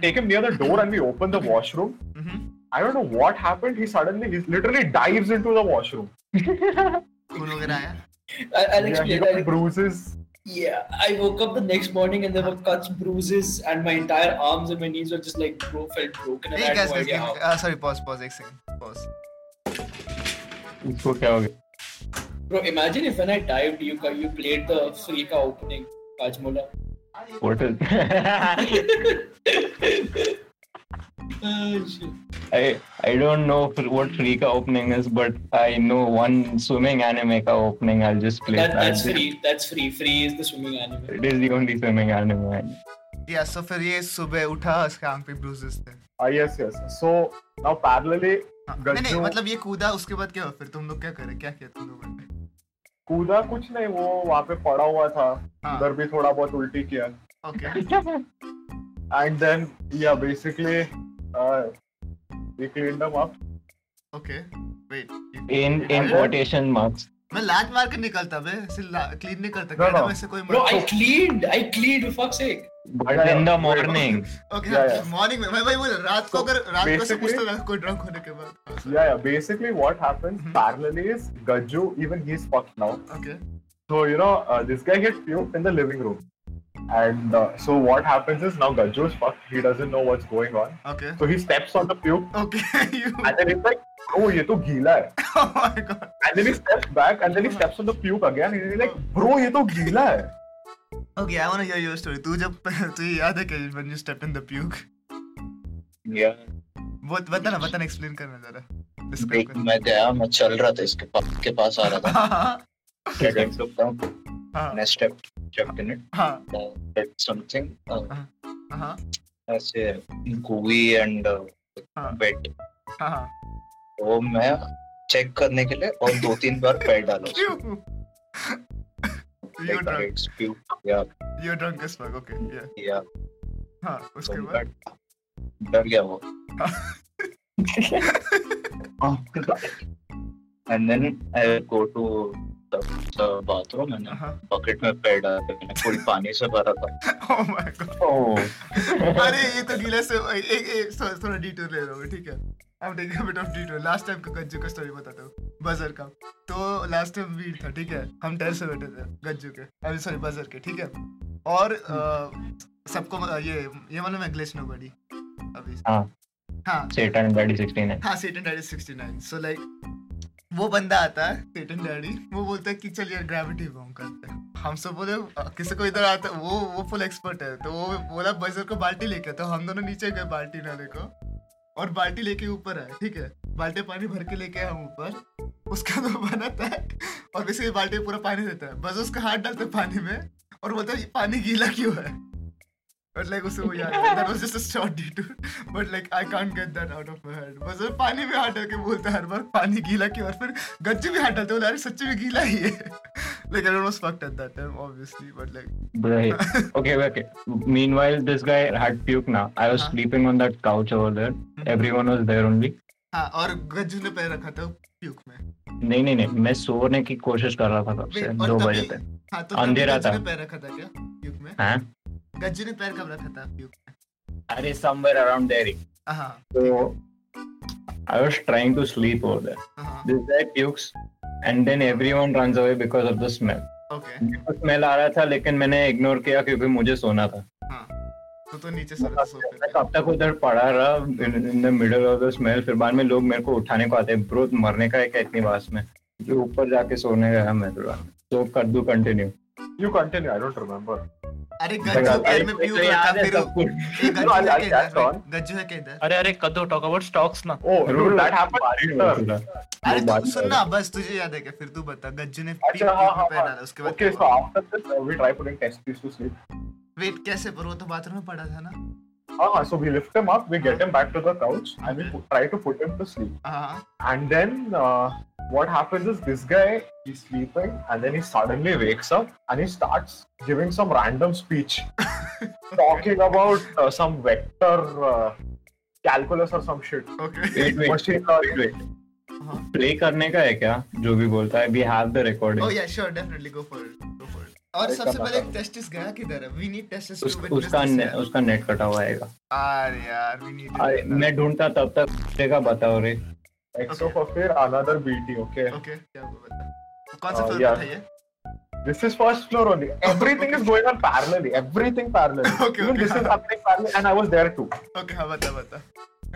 F: take him near the door and we open the washroom.
G: Mm-hmm.
A: Mhm.
F: I don't know what happened. He suddenly, he literally dives into the washroom.
A: खून वगैरह आया.
G: I, I'll
F: Yeah, he
G: explain.
F: got
G: I'll-
F: bruises.
G: Yeah, I woke up the next morning and there were cuts, bruises, and my entire arms and my knees were just like bro, felt broken. And
A: Hey
G: I had
A: guys,
G: no
A: guys, give
G: idea
A: me.
G: how.
A: Uh, sorry, pause, pause, एक second, pause.
C: इसको क्या हो गया?
G: Bro, imagine if when I dived, you you played the Freaka opening, Kajmola.
C: What is?
G: Oh, shit.
C: I I don't know f- what Rika opening is, but I know one swimming anime ka opening. I'll just play
G: That, that's
C: That's-
G: free. That's free. Free is the swimming anime.
C: It is the only swimming anime. I know.
A: Yeah, so फिर ये सुबह उठा उसके आंख पे bruises थे.
F: Ah, yes, yes. So now parallelly,
A: हाँ,
F: गज्जू-
A: नहीं नहीं मतलब ये कूदा उसके बाद क्या हुआ फिर तुम लोग क्या करे क्या किया तुम लोगों ने
F: कूदा कुछ नहीं वो वहाँ पे पड़ा हुआ था
A: हाँ.
F: उधर भी थोड़ा बहुत उल्टी किया
A: okay
F: and then yeah basically uh we cleaned them up
A: okay wait
C: In in quotation marks.
A: मैं लात मार के निकलता बे सिर्फ क्लीन नहीं करता
F: No,
A: कहना
F: no.
A: वैसे कोई मतलब
G: Bro, I
A: मत
G: cleaned. I cleaned. For fuck's sake.
C: But
F: Yeah,
C: in
F: yeah.
C: the morning,
F: Yeah,
A: okay
F: yeah.
A: Morning में मैं भाई बोल रात को
F: So,
A: अगर रात को ऐसे
F: basically-
A: पूछता था कोई ड्रंक होने के बाद
F: yeah yeah basically what happens
G: Mm-hmm.
F: parallelly is gajju even he's fucked now
A: okay
F: so you know uh, this guy gets puked in the living room and uh, so what happens is now gajju is fucked he doesn't know what's going on
A: okay
F: so he steps on the puke
A: okay you
F: and then he's like oh ye to geela hai
A: oh my god
F: and then he steps back and then he steps on the puke again and he's like bro ye to geela hai
A: okay I want to hear your story तू जब तुझे याद है कि when you stepped in the puke
H: Yeah,
A: वो बता ना बता ना एक्सप्लेन करना जरा
H: देख
A: डिस्क्राइब
H: मैं गया मैं चल रहा था इसके पास के पास आ रहा था
A: कर हां
H: I didn't look down and
A: हां
H: I stepped jumped in it
A: हां
H: uh, did something uh,
A: हां
H: as a gooey and uh,
A: हाँ.
H: wet
A: हां
H: वो मैं चेक करने के लिए और दो तीन बार पैर डाला उसमें,
A: You.
H: like,
A: You're drunk.
H: it's puke, yeah,
A: You're drunk as fuck. Okay. Yeah.
H: yeah,
A: हाँ उसके
H: तो
A: बाद
H: डर- डर गया वो
C: Oh,
H: and then I go to the, the bathroom and
A: हाँ
H: bucket में पैर डाला था मैंने फुल पानी से भरा था
A: oh my god
C: oh,
A: अरे ये तो गीला से एक एक- एक थोड़ा- थोड़ा डिटूर ले रहा हूँ ठीक है I am taking a bit of detour last time का गज्जू का स्टोरी बताता हूँ बजर का तो लास्ट टाइम भीड़ था ठीक है हम टेरेस पे बैठे थे गज्जू के आई सॉरी बजर के ठीक है और अ, सबको अ, ये ये मालूम है ग्लिच नोबडी अभी
C: हाँ।
A: हाँ
C: Satan Daddy 69.
A: हाँ सेटन डैडी 69 सो लाइक वो बंदा आता है सेटन डैडी वो बोलता है कि चल यार ग्रेविटी बॉम्ब करते हैं हम सब बोले "अ, किसी को इधर आता वो वो फुल एक्सपर्ट है तो वो बोला बजर को बाल्टी लेके तो हम दोनों नीचे गए बाल्टी डाले को और बाल्टी लेके ऊपर आए ठीक है बाल्टी पानी भर के लेके आए हम ऊपर उसका तो बनाता है और वैसे ही बाल्टी में पूरा पानी देता है बस उसका हाथ डालता है पानी में और बोलता है "ये पानी गीला क्यों है But like उसे वो याद है that was just a short detour but like I can't get that out of my head बस वो पानी में हाथ डाल के बोलता है हर बार पानी गीला क्यों और फिर गज्जे भी हाथ डालते हैं बोला अरे सच्ची में गीला ही है like everyone was fucked at that time obviously but like
C: Right. Okay, okay. Meanwhile, this guy had puke now. I was
A: Uh-huh.
C: sleeping on that couch over there.
A: Mm-hmm.
C: Everyone was there only.
A: हाँ और गज्जू ने पैर रखा था puke में
C: नहीं नहीं नहीं मैं सोने की कोशिश कर रहा था तब से
A: Wait, और
C: दो
A: तभी-
C: बजे तक
A: हाँ तो तभी
C: अंधेरा
A: गज्जू
C: था।
A: ने पैर रखा था क्या प्यूक में
C: हाँ
A: गज्जू ने पैर कब रखा था प्यूक में
C: अरे समवेयर अराउंड देयर
A: हाँ
C: So I was trying to sleep over there.
A: हाँ
C: This guy pukes, and then everyone runs away because of the smell.
A: okay
C: smell आ रहा था लेकिन मैंने इग्नोर किया क्योंकि मुझे सोना था
A: तो तो नीचे सो रहा था सोफे
C: मैं
A: पे
C: कब तक उधर पड़ा रहा in the middle of the smell फिर बाद में लोग मेरे को उठाने को आते हैं ब्रो मरने का है क्या इतनी बास में जो ऊपर जाके सोने गया मैं थोड़ा तो कर दू continue
F: you continue i don't remember
A: अरे गज्जू
F: God.
A: पैर तो में
C: मेरे
A: प्यू करता फिर
C: को याद है सब कुछ।
A: ये
F: No,
A: गज्जू है
F: I'll- I'll catch
A: Kedar
F: on.
A: Gajju है केदार
I: अरे अरे कदो टॉक अबाउट स्टॉक्स ना
F: Oh, dude, that
C: बारिश
F: happened
C: हुआ
F: after.
C: तुला।
A: अरे
C: वो
A: तू
C: बात
A: सुन
C: है।
A: ना बस तुझे याद है क्या फिर तू बता गज्जू ने पी पी
F: अच्छा, हाँ, हाँ,
A: में पैर
F: हाँ.
A: डाला उसके बाद
F: Okay, so after this, uh, we try putting test tubes to sleep.
A: Wait कैसे पर वो तो बाथरूम में पड़ा था ना
F: Ah, so we lift him up, we get him back to the couch, and we put, try to put him to sleep.
A: हाँ
F: And then uh, what happens is this guy he's sleeping, and then he suddenly wakes up and he starts giving some random speech, talking about uh, some vector uh, calculus or some shit.
A: Okay
C: Wait, wait,
F: Machine
C: wait,
F: learning.
C: wait. Play करने का है क्या जो भी बोलता है we have the
A: Oh
C: recording
A: yeah, sure, definitely go for it. Go for it. और
F: अरे
A: सबसे
F: कब
A: पहले
F: आता?
A: टेस्टिस गया किधर है? We need testis to win
C: उसका
A: this
C: ने-
A: year.
C: उसका नेट कटा हुआ आएगा
A: अरे यार, we need it.
C: अरे मैं ढूंढता तब तक देखा बताओ रे
F: Exo for fear, another BT. Okay,
A: Okay, क्या हुआ बता? कौन सा
F: Uh,
A: फिल्म
F: yeah.
A: था ये?
F: this is first floor only. Everything is going on parallelly. Everything parallelly.
A: Okay,
F: Even
A: okay.
F: this is happening parallelly, and I was there too.
A: Okay, हाँ बता बता.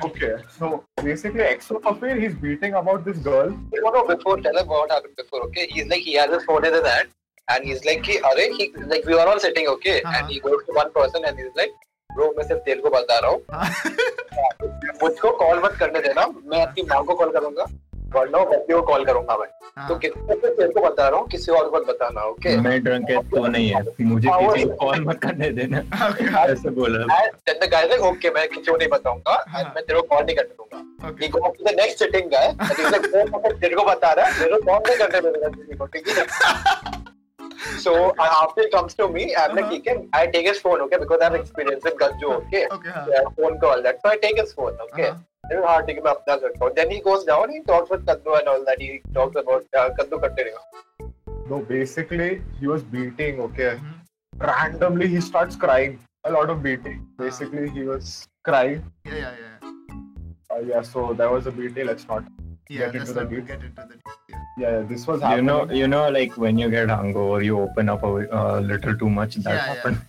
F: Okay, so basically, Exo Fafir, he's beating about this girl.
B: No, no, before, tell us what happened before, okay? He's like, he has his phone in his hand, and he's like, कि, अरे, he, like, we were all sitting, okay?
A: हाँ,
B: And he goes to one person, and he's like, bro, मैं सिर्फ तेरे को बता रहा हूँ,
A: हाँ।
B: मुझको कॉल मत करने देना, मैं आपकी माँ को कॉल करूंगा, वरना वो बच्चे को कॉल करूंगा मैं। तो
A: हाँ,
B: किसी को तेरे को बता रहा हूँ, किसी और को मत बताना, okay?
C: मैं ड्रंक है तो नहीं है मुझे
B: हाँ, वो-
C: किसी को कॉल मत करने देना
A: okay,
C: ऐसे बोला
B: And then the guy's like, okay, मैं किसी को नहीं बताऊंगा,
A: हाँ।
B: and मैं तेरे को call नहीं करने दूंगा। He
A: okay.
B: goes to the next sitting guy, and he's like, "वो मतलब तेरे को बता रहा है, मेरे को call नहीं करने देना किसी को, ठीक है?" So uh, after he comes to me, I'm like,
A: Uh-huh.
B: "ठीक है, I take his phone, okay, because I have experience with Ganju, okay?
A: Okay, हाँ.
B: Yeah, phone call that. So I take his phone, okay?
A: हाँ,
F: Uh-huh.
B: Then हाँ, ठीक है, मैं अपना करता हूँ. Then he goes down, he talks with Kandu and all that. He talks about uh, Kandu continuing.
F: No, basically, he was beating, okay?
A: Mhm.
F: Randomly, he starts crying. A lot of beating. Basically, he was crying.
A: Yeah, yeah, yeah.
F: Uh, yeah, so that was a beating. Let's not.
A: Yeah,
F: Get into
A: let's
F: the
A: not
F: deep.
A: get into the deep. Yeah.
F: Yeah, yeah, this was
C: you
F: happening.
C: know you know like when you get hungover you open up a uh, little too much that
A: Yeah, yeah.
C: happened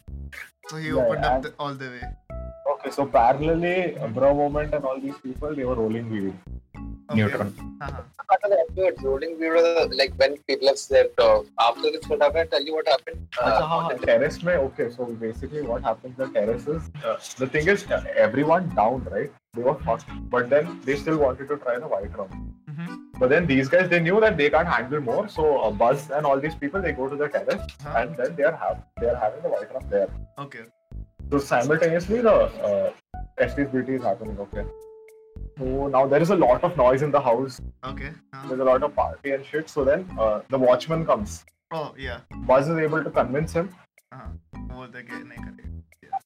A: So he
F: Yeah,
A: opened up
F: and-
A: the, all the way.
F: Okay, so parallelly, Bro Moment and all these people, they were rolling weed.
A: Okay.
C: neutron
A: हाँ, हाँ.
B: After the episode, rolling, we were uh, like, when people have slept off. After this, what happened? Tell you what happened. Uh,
F: अच्छा हाँ हाँ terrace में okay so basically what happens the terrace is the thing is everyone down right they were first but then they still wanted to try the white rum
A: Mhm.
F: But then these guys, they knew that they can't handle more. So uh, Buzz and all these people, they go to the terrace,
A: हाँ,
F: and then they are have they are having the white rum there.
A: okay.
F: So simultaneously, the uh, STBT is happening. Okay. So now there is a lot of noise in the house.
A: Okay. हाँ.
F: There's a lot of party and shit. So then uh, the watchman comes.
A: Oh yeah.
F: Buzz is able to convince him.
A: हाँ. वो बोलता है कि नहीं करे.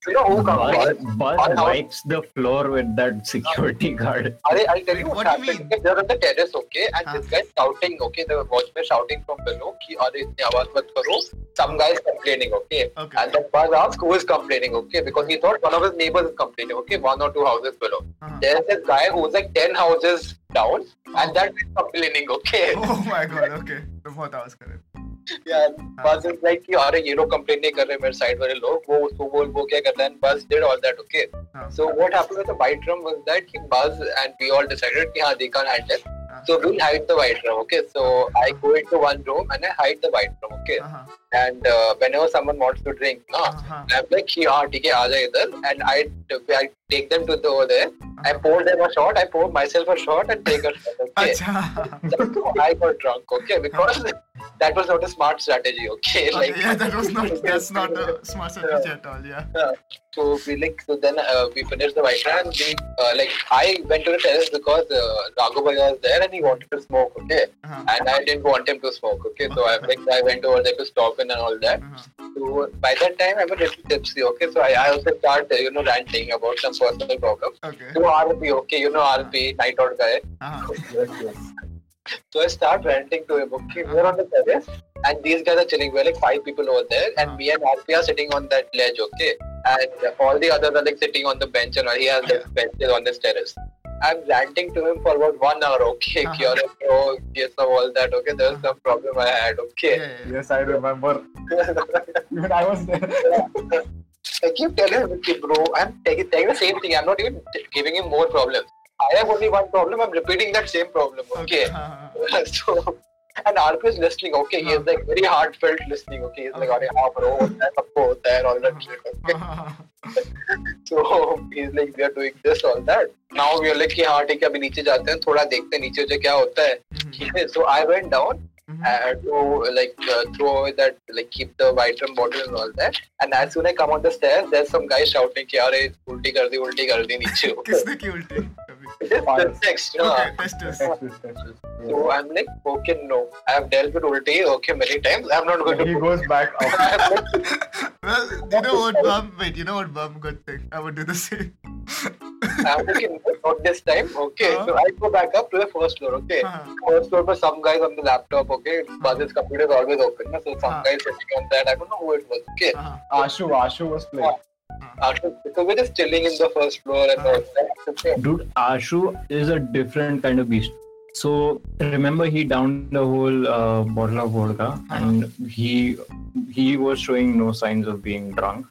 B: you know who comes?
C: Buzz, Buzz
B: Buzz-
C: wipes the floor with that security guard.
B: Are, I'll tell you
A: Wait,
B: what,
A: what do you
B: happened.
A: mean?
B: They're on the terrace, okay, and
A: हाँ.
B: this guy shouting, okay, the watchman shouting from below, कि अरे इतनी आवाज मत करो. Some guy is complaining, okay,
A: Okay.
B: and the buzz asks who is complaining, okay, because he thought one of his neighbors is complaining, okay, one or two houses below.
A: हाँ.
B: There's this guy who's like ten houses down,
A: Oh.
B: and that is complaining, okay.
A: Oh my god. Okay. तो बहुत आवाज कर रहे हैं.
B: Yeah, and buzz is like कि अरे ये लोग complain नहीं कर रहे मेरे side वाले लोग, वो उसको बोल वो क्या कर रहा है, and buzz did all that, okay.
A: हाँ.
B: So what happened with the white drum was that he Buzz and we all decided कि हाँ they can't handle.
A: हाँ.
B: So we'll hide the white drum. Okay. So I go into one room and I hide the white drum. Okay.
A: हाँ, हाँ.
B: And uh, whenever someone wants to drink, na,
A: हाँ, हाँ.
B: I'm like कि हाँ ठीक है आ जा इधर. And I I take them to the over there. I pour them a shot. I pour myself a shot and take a shot. Okay.
A: अच्छा.
B: That's how I got drunk. Okay. Because that was not a smart strategy. Okay.
A: Okay, yeah, that was not. That's not a smart strategy at all. Yeah.
B: So we like so then uh, we finished the white and we uh, like I went to the terrace because uh, Raghavaya was there and he wanted to smoke, okay,
A: Uh-huh.
B: and I didn't want him to smoke, okay. So I like I went over there to stop him and all that.
A: Uh-huh.
B: So by that time I was a little tipsy, okay. So I, I also started you know ranting about some personal problems.
A: Okay.
B: So RP, okay, you know RP, night out guy.
A: Uh-huh.
F: Yes, yes.
B: So I start ranting to him, okay. We're on the terrace and these guys are chilling. We're like five people over there, and
A: Uh-huh.
B: me and RP are sitting on that ledge, okay? And all the others are like sitting on the bench, and all. he has the benches on this terrace. I'm ranting to him for about one hour, okay?
A: Uh-huh.
B: Cure it, bro, yes, of all that, okay? There's some problem I had,
A: Yeah,
B: okay?
A: yeah, yeah.
F: Yes, I remember. Even I was there.
B: I keep telling him, okay, bro, I'm taking, taking the same thing. I'm not even t- giving him
A: uh-huh,
B: more problems. I have only one problem, I'm repeating that same problem, okay?
A: हाँ, हाँ,
B: so And Arko is listening, okay? He is like very heartfelt listening, okay? He's like, "Arey, हाँ bro, होता है, सबको होता है," and all that shit. Okay?
A: uh-huh.
B: So he's like, "We are doing this, all that." Now we are like, "कि हाँ ठीक है, अभी नीचे जाते हैं, थोड़ा देखते हैं नीचे जो क्या होता है."
A: Mm-hmm,
B: ठीक है, So I went down. I had to like uh, throw away that like keep the white rum bottle and all that. And as soon I come on the stairs, there's some guy shouting कि अरे उल्टी कर दी उल्टी कर दी नीचे
A: किसने की उल्टी कभी
B: Just next, हाँ.
A: Okay, test test.
B: So I'm like, okay, no. I've dealt with Ulti, okay, many times. I'm not going
F: He
B: to.
F: goes back up.
A: Well, you know what, Bum? Wait, you know what, Bum? Good thing. I would do the same.
B: I'm like, no, not this time. Okay, so I go back up to the first floor. Okay,
A: Uh-huh.
B: first floor, but some guys on the laptop. Okay, but this computer is always open, na, so some
A: Uh-huh.
B: guy sitting on that. I don't know who it was. Okay,
A: Uh-huh.
F: Ashu, Ashu was playing.
B: after so we're just chilling in the first floor and
A: Uh-huh.
B: all that. Okay.
C: Dude, Ashu is a different kind of beast. So remember, he downed the whole uh, bottle of vodka, and he he was showing no signs of being drunk.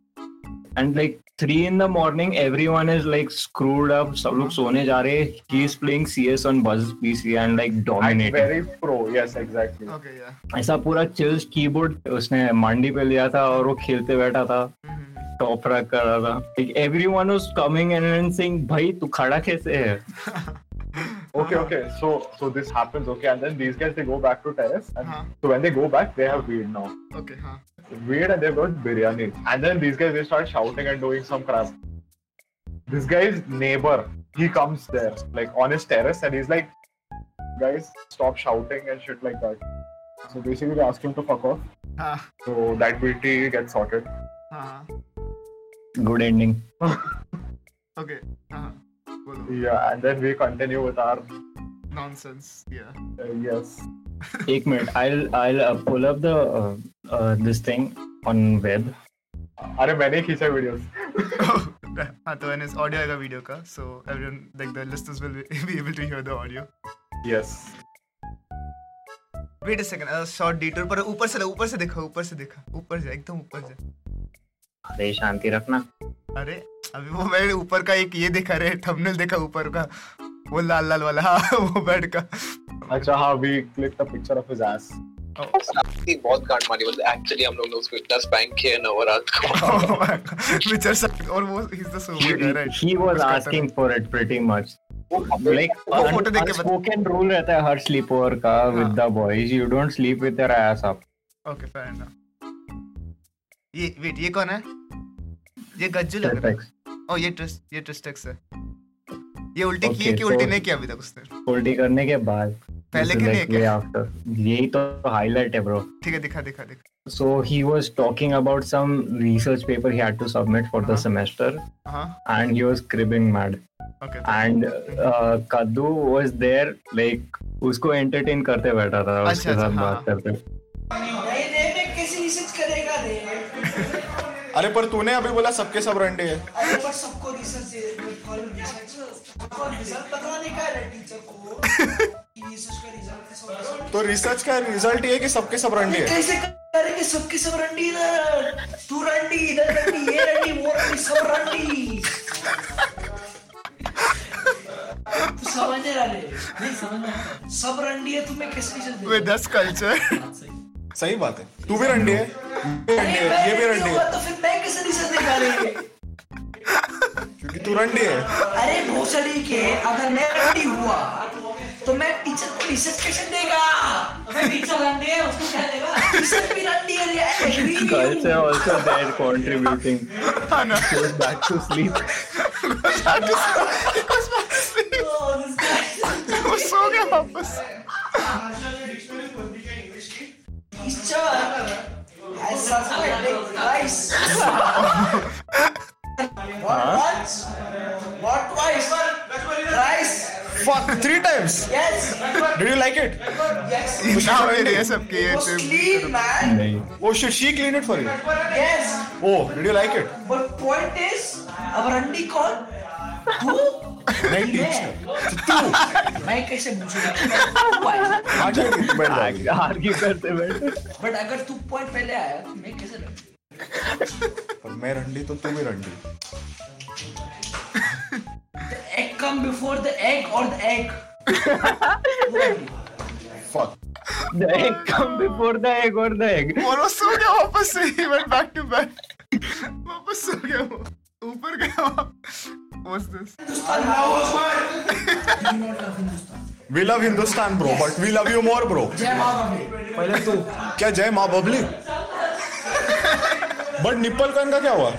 C: And like three in the morning, everyone is like screwed up. सब लोग सोने जा रहे. हैं. He is playing CS on Buzz PC and like
F: And
C: dominating.
F: very pro, yes, exactly.
A: Okay, yeah.
C: ऐसा पूरा chills keyboard उसने मांडी पे लिया था और वो खेलते बैठा था
A: Mhm.
C: टॉप रैक कर रहा था like everyone was coming and saying भाई तू खड़ा कैसे है
F: Okay, okay. So so this happens, okay, and then these guys they go back to terrace and
A: Uh-huh.
F: so when they go back they have weed now.
A: Okay, uh-huh. huh.
F: Weed and they've got biryani. And then these guys they start shouting and doing some crap. This guy's neighbor, he comes there, like on his terrace and he's like, guys, stop shouting and shit like that. So basically they ask him to fuck off.
A: Huh.
F: So that BT gets sorted.
A: Huh.
C: Good ending
A: Okay. uh-huh. Huh. Bolo.
F: Yeah, and then we continue with our
A: Nonsense. Yeah.
F: uh, yes.
C: एक minute i'll i'll uh, pull up the uh, uh, this thing on web
F: अरे मैंने खींचा videos.
A: हाँ तो and audio आएगा video का so everyone like the listeners will be able to hear the audio
F: Yes.
A: Wait a second short detour पर ऊपर से ऊपर से देखा ऊपर से देखा ऊपर से एकदम ऊपर से
C: अरे शांति रखना
A: अरे अभी वो मैंने ऊपर का एक ये देखा रे थंबनेल देखा ऊपर का वो लाल लाल वाला हाँ, वो बेड का
F: अच्छा हाँ we clicked the picture of his ass.
A: Oh,
B: आपकी बहुत काट मारी बोलते एक्चुअली हम लोग ने उसको इतना स्पैंक किया है ना वो रात को
A: हाँ। oh विचर सक और वो is the sober guy right
C: he was asking for it pretty much like
A: वो photo देख के हाँ। बता-
C: स्पोकन रूल रहता है हर स्लीपर का with the boys you don't sleep with your ass up
A: okay fine ना ये वेट ये कौन है ये गज्जू लग रहा है ओ Oh, ये ट्रिस ये ट्रिस्टेक्स है ये उल्टी की है
C: Okay,
A: कि उल्टी
C: so-
A: नहीं किया अभी तक उसने
C: होल्डी करने के बाद
A: पहले
C: this is
A: के लिए
C: like
A: क्या?
C: way after. यही तो हाईलाइट है ब्रो
A: ठीक है दिखा दिखा दिखा
C: So he was talking about some research paper he had to submit for the
A: Uh-huh.
C: semester,
A: हाँ तो
C: and he was cribbing mad.
A: Okay
C: And uh, Kaddu was there, like उसको entertain करते बैठा था उसके
A: अच्छा,
C: साथ
A: हाँ,
C: बात करते
J: अरे पर तूने अभी बोला सबके सब रंडे है तो रिसर्च का रिजल्ट ये है कि सबके सब रंडे है
G: कैसे करेंगे सबके सब रंडी इधर तू रंडी इधर रंडी ये रंडी वो रंडी सब रंडी तू समझ नहीं रहा रे। नहीं समझ नहीं रहा। सब रंडी है तुम्हें कैसे रिजल्ट
A: वे दस कल्चर
J: सही बात है तू भी रंडे है ये भी रंडे है, ये भी रंडे है
G: तो फिर मैं कैसे रिजल्ट निकालेंगे
J: क्योंकि तू रंडे है
G: अरे भोसड़ी के अगर मैं रंडी हुआ तो मैं टीचर को रिसर्च कैसे देगा मैं टीचर रंडी है उसको क्या देगा टीचर भी रंडी है रे, I agree with you.
C: Culture also there contributing.
A: हाँ
C: He was back to sleep.
G: Oh, this guy-
A: वो सो गया वापस
G: Teacher तो has suspended twice. What once? What twice? Thrice?
J: Fuck three times
G: Yes.
J: Did you like it
G: Yes.
A: नाम ले रही है सबके ये
G: It was
A: से
G: clean, man.
C: नहीं
J: oh shit she clean it for you
G: Yes.
J: Oh did you like it
G: But point is, अब रंडी कौन? तू?
J: नहीं
G: मैं. मैं कैसे पूछूंगा?
J: आ जाएगी तू बैठ जाएगी
C: आर्ग्यू करते बैठे
G: But अगर तू point पहले आया, तो मैं कैसे रंडी?
J: पर मैं रंडी तो तू भी रंडी
G: Egg come before the egg or the egg?
J: Fuck
C: The egg come before the egg or the egg.
A: और वो सो गया वापस से ही वेंट बैक टू बैक वापस सो गया वो ऊपर गया what's this
J: We love Hindustan, bro, but we love you more, bro.
G: जय माँ बाबे
I: पहले तू
J: क्या जय माँ बबली बट निप्पल कॉइन का क्या हुआ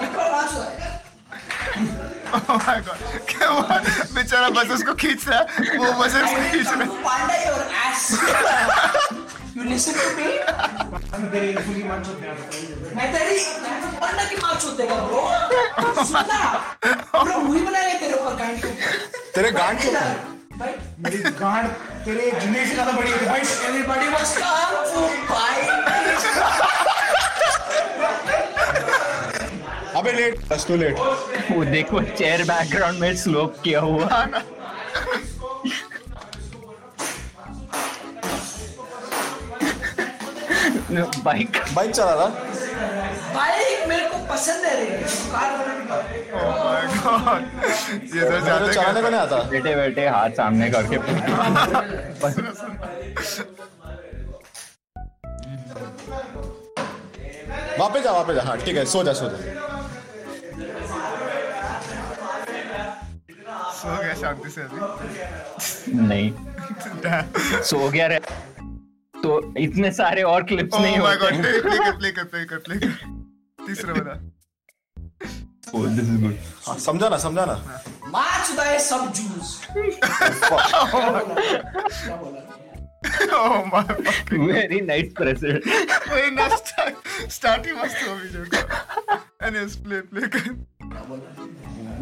G: निकल पास है
A: ओह माय गॉड Oh क्या हुआ बेचारा बस उसको खींच रहा है वो बस उसको खींच रहा है
G: panda your ass you listen to me मैं तेरी पांडा की मार्क्स होते का ब्रो सुनना ब्रो मूवी बनाएंगे तेरे ऊपर गांड के ऊपर।
J: तेरे गांड के ऊपर?
G: भाई
K: मेरी गांड तेरे जुने से ज्यादा बड़ी होती है भाई
G: everybody was calm for bike
J: अबे लेट दस टू लेट
C: वो देखो चेयर बैकग्राउंड में स्लोप किया हुआ
A: हाँ
C: बाइक
J: बाइक चला रहा
G: बाइक मेरे को पसंद है रे कार वाली bike
A: oh my God Oh ये तो
J: तेरे को
A: जाते
J: चलाने को नहीं आता
C: बैठे बैठे हाथ सामने करके
J: वापस जा वापस जा हाँ ठीक है सो जा सो जा
A: सो गया शांति से अभी
C: नहीं सो गया रे तो इतने सारे और क्लिप्स
A: ओह
C: नहीं
A: माय
C: होते
A: गॉड
C: हैं।
A: प्ले कर प्ले कर प्ले कर प्ले कर तीसरा वाला
C: Oh, this is good.
J: हाँ, समझा ना समझा ना
G: मार चुका है सब जूस क्या बोला
A: oh my
C: Very nice present.
A: Wait, now start. Start you must have video. Anyways, play, play.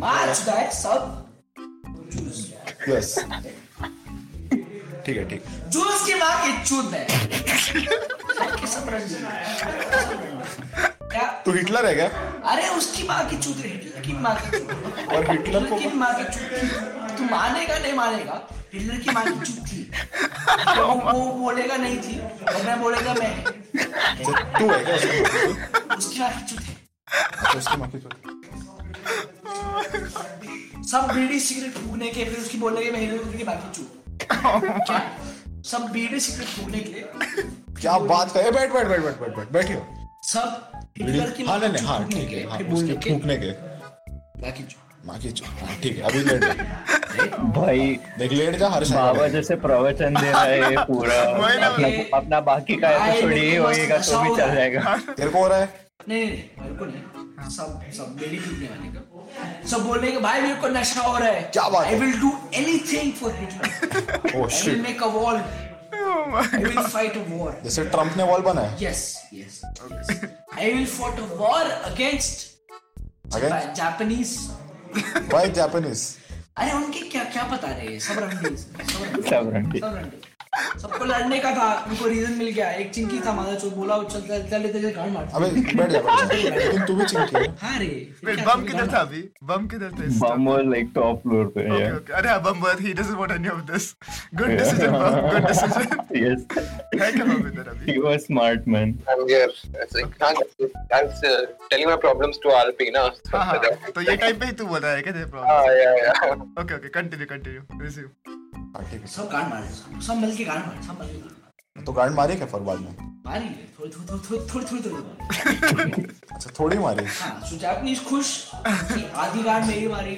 G: मार चुका है सब जूस
J: यस ठीक है ठीक
G: जूस की माँ की चूत है सबके सब रंग हैं। क्या
J: तू हिटलर है क्या
G: अरे उसकी माँ की चूत है, हिटलर की माँ की चूत
J: और हिटलर को
G: की माँ की चूत थी। तू मानेगा नहीं मानेगा हिटलर की माँ की चूत थी वो वो बोलेगा नहीं थी और मैं बोलेगा मैं
J: तू है क्या उसकी माँ की? अच्छा, उसकी
G: उसकी माँ की चूत है
J: माँ की तो-
G: सब बीड़ी सिगरेट फूकने के फिर उसकी बोलेगी मैं हिटलर की माँ की चूत क्या सब बीड़ी सिगरेट फूकने के लिए
J: क्या बात कर ए, बैठ बैठ बैठ बैठ बैठ बैठ बैठियो
G: सब हिटलर की
J: हाँ
G: माँ
J: नहीं
G: की
J: नहीं हाँ
G: चूत फूकने
J: ठीक है
G: के
J: हाँ उसके
G: फिर बोलने के
J: फूकने के
G: माँ की चूत
J: माँ की चो- हाँ, ठीक है अभी लेट जा।
C: भाई
J: देख लेट जा हर
C: बाबा
J: शायद
C: जैसे प्रवचन दे रहा है ये पूरा
A: वही ना,
C: अपना,
G: वही।
C: अपना बाकी का
G: भाई,
C: एपिसोड
G: मेरे
C: ये
G: को
C: होएगा तो भी
G: मस्त नशा हो
C: चल जाएगा
J: तेरे को हो रहा है
G: नहीं नहीं नहीं, मेरे को नहीं सब सब मेरी टूटने वाले का सब बोलने के भाई मेरे को नशा हो रहा है
J: क्या बात
G: आई
J: है?
G: Will do anything for Hitler
J: oh
G: I will
J: shit
G: make a wall
A: Oh my.
G: I will fight a war
J: जैसे ट्रम्प ने वॉल बनाया
G: yes yes I will fight a war against
J: Against?
G: Japanese
J: भाई Japanese
G: अरे उनके क्या क्या पता रहे सब रंडीज सब रंडीज,
C: सब रंडीज।
G: सब रंडीज सबको लड़ने का था उनको रीजन मिल गया एक चिंकी था माधा चो बोला वो चल चल चल तेरे गांड मार
J: अबे बैठ जा बैठ जा लेकिन तू भी चिंकी है
G: हाँ रे फिर
A: Wait,
G: क्या
A: bum
G: तेरे
A: किधर
G: गांड
A: था अभी? Bum किधर था? इस time?
C: Bomb was like top floor पे
A: Okay, okay. अरे हाँ, bum but he doesn't want any of this. Good decision, bum. Good decision.
C: Yes
A: है क्या बम इधर अभी?
C: He was smart man
B: I'm here. It's like, हाँ, I'm uh, telling my problems to RP ना.
A: हाँ हाँ. तो ये टाइम पे ही तू बोल रहा है क्या तेरे
B: हाँ,
A: problem?
B: yeah, yeah.
A: Okay, okay. Continue, continue. Resume.
J: हाँ, ठीक
G: सब गांड मार रहे, सब मिलके गांड मार सब मिलके गांड मार।
J: है तो गांड मारी क्या फरवाद में
G: मारी है, थोड़ी थोड़ी थोड़ी थोड़ी थोड़ी थोड़ी थोड़ी
J: अच्छा थोड़ी मारी
G: हाँ सो जापानीज खुश कि आधी गांड मेरी मारी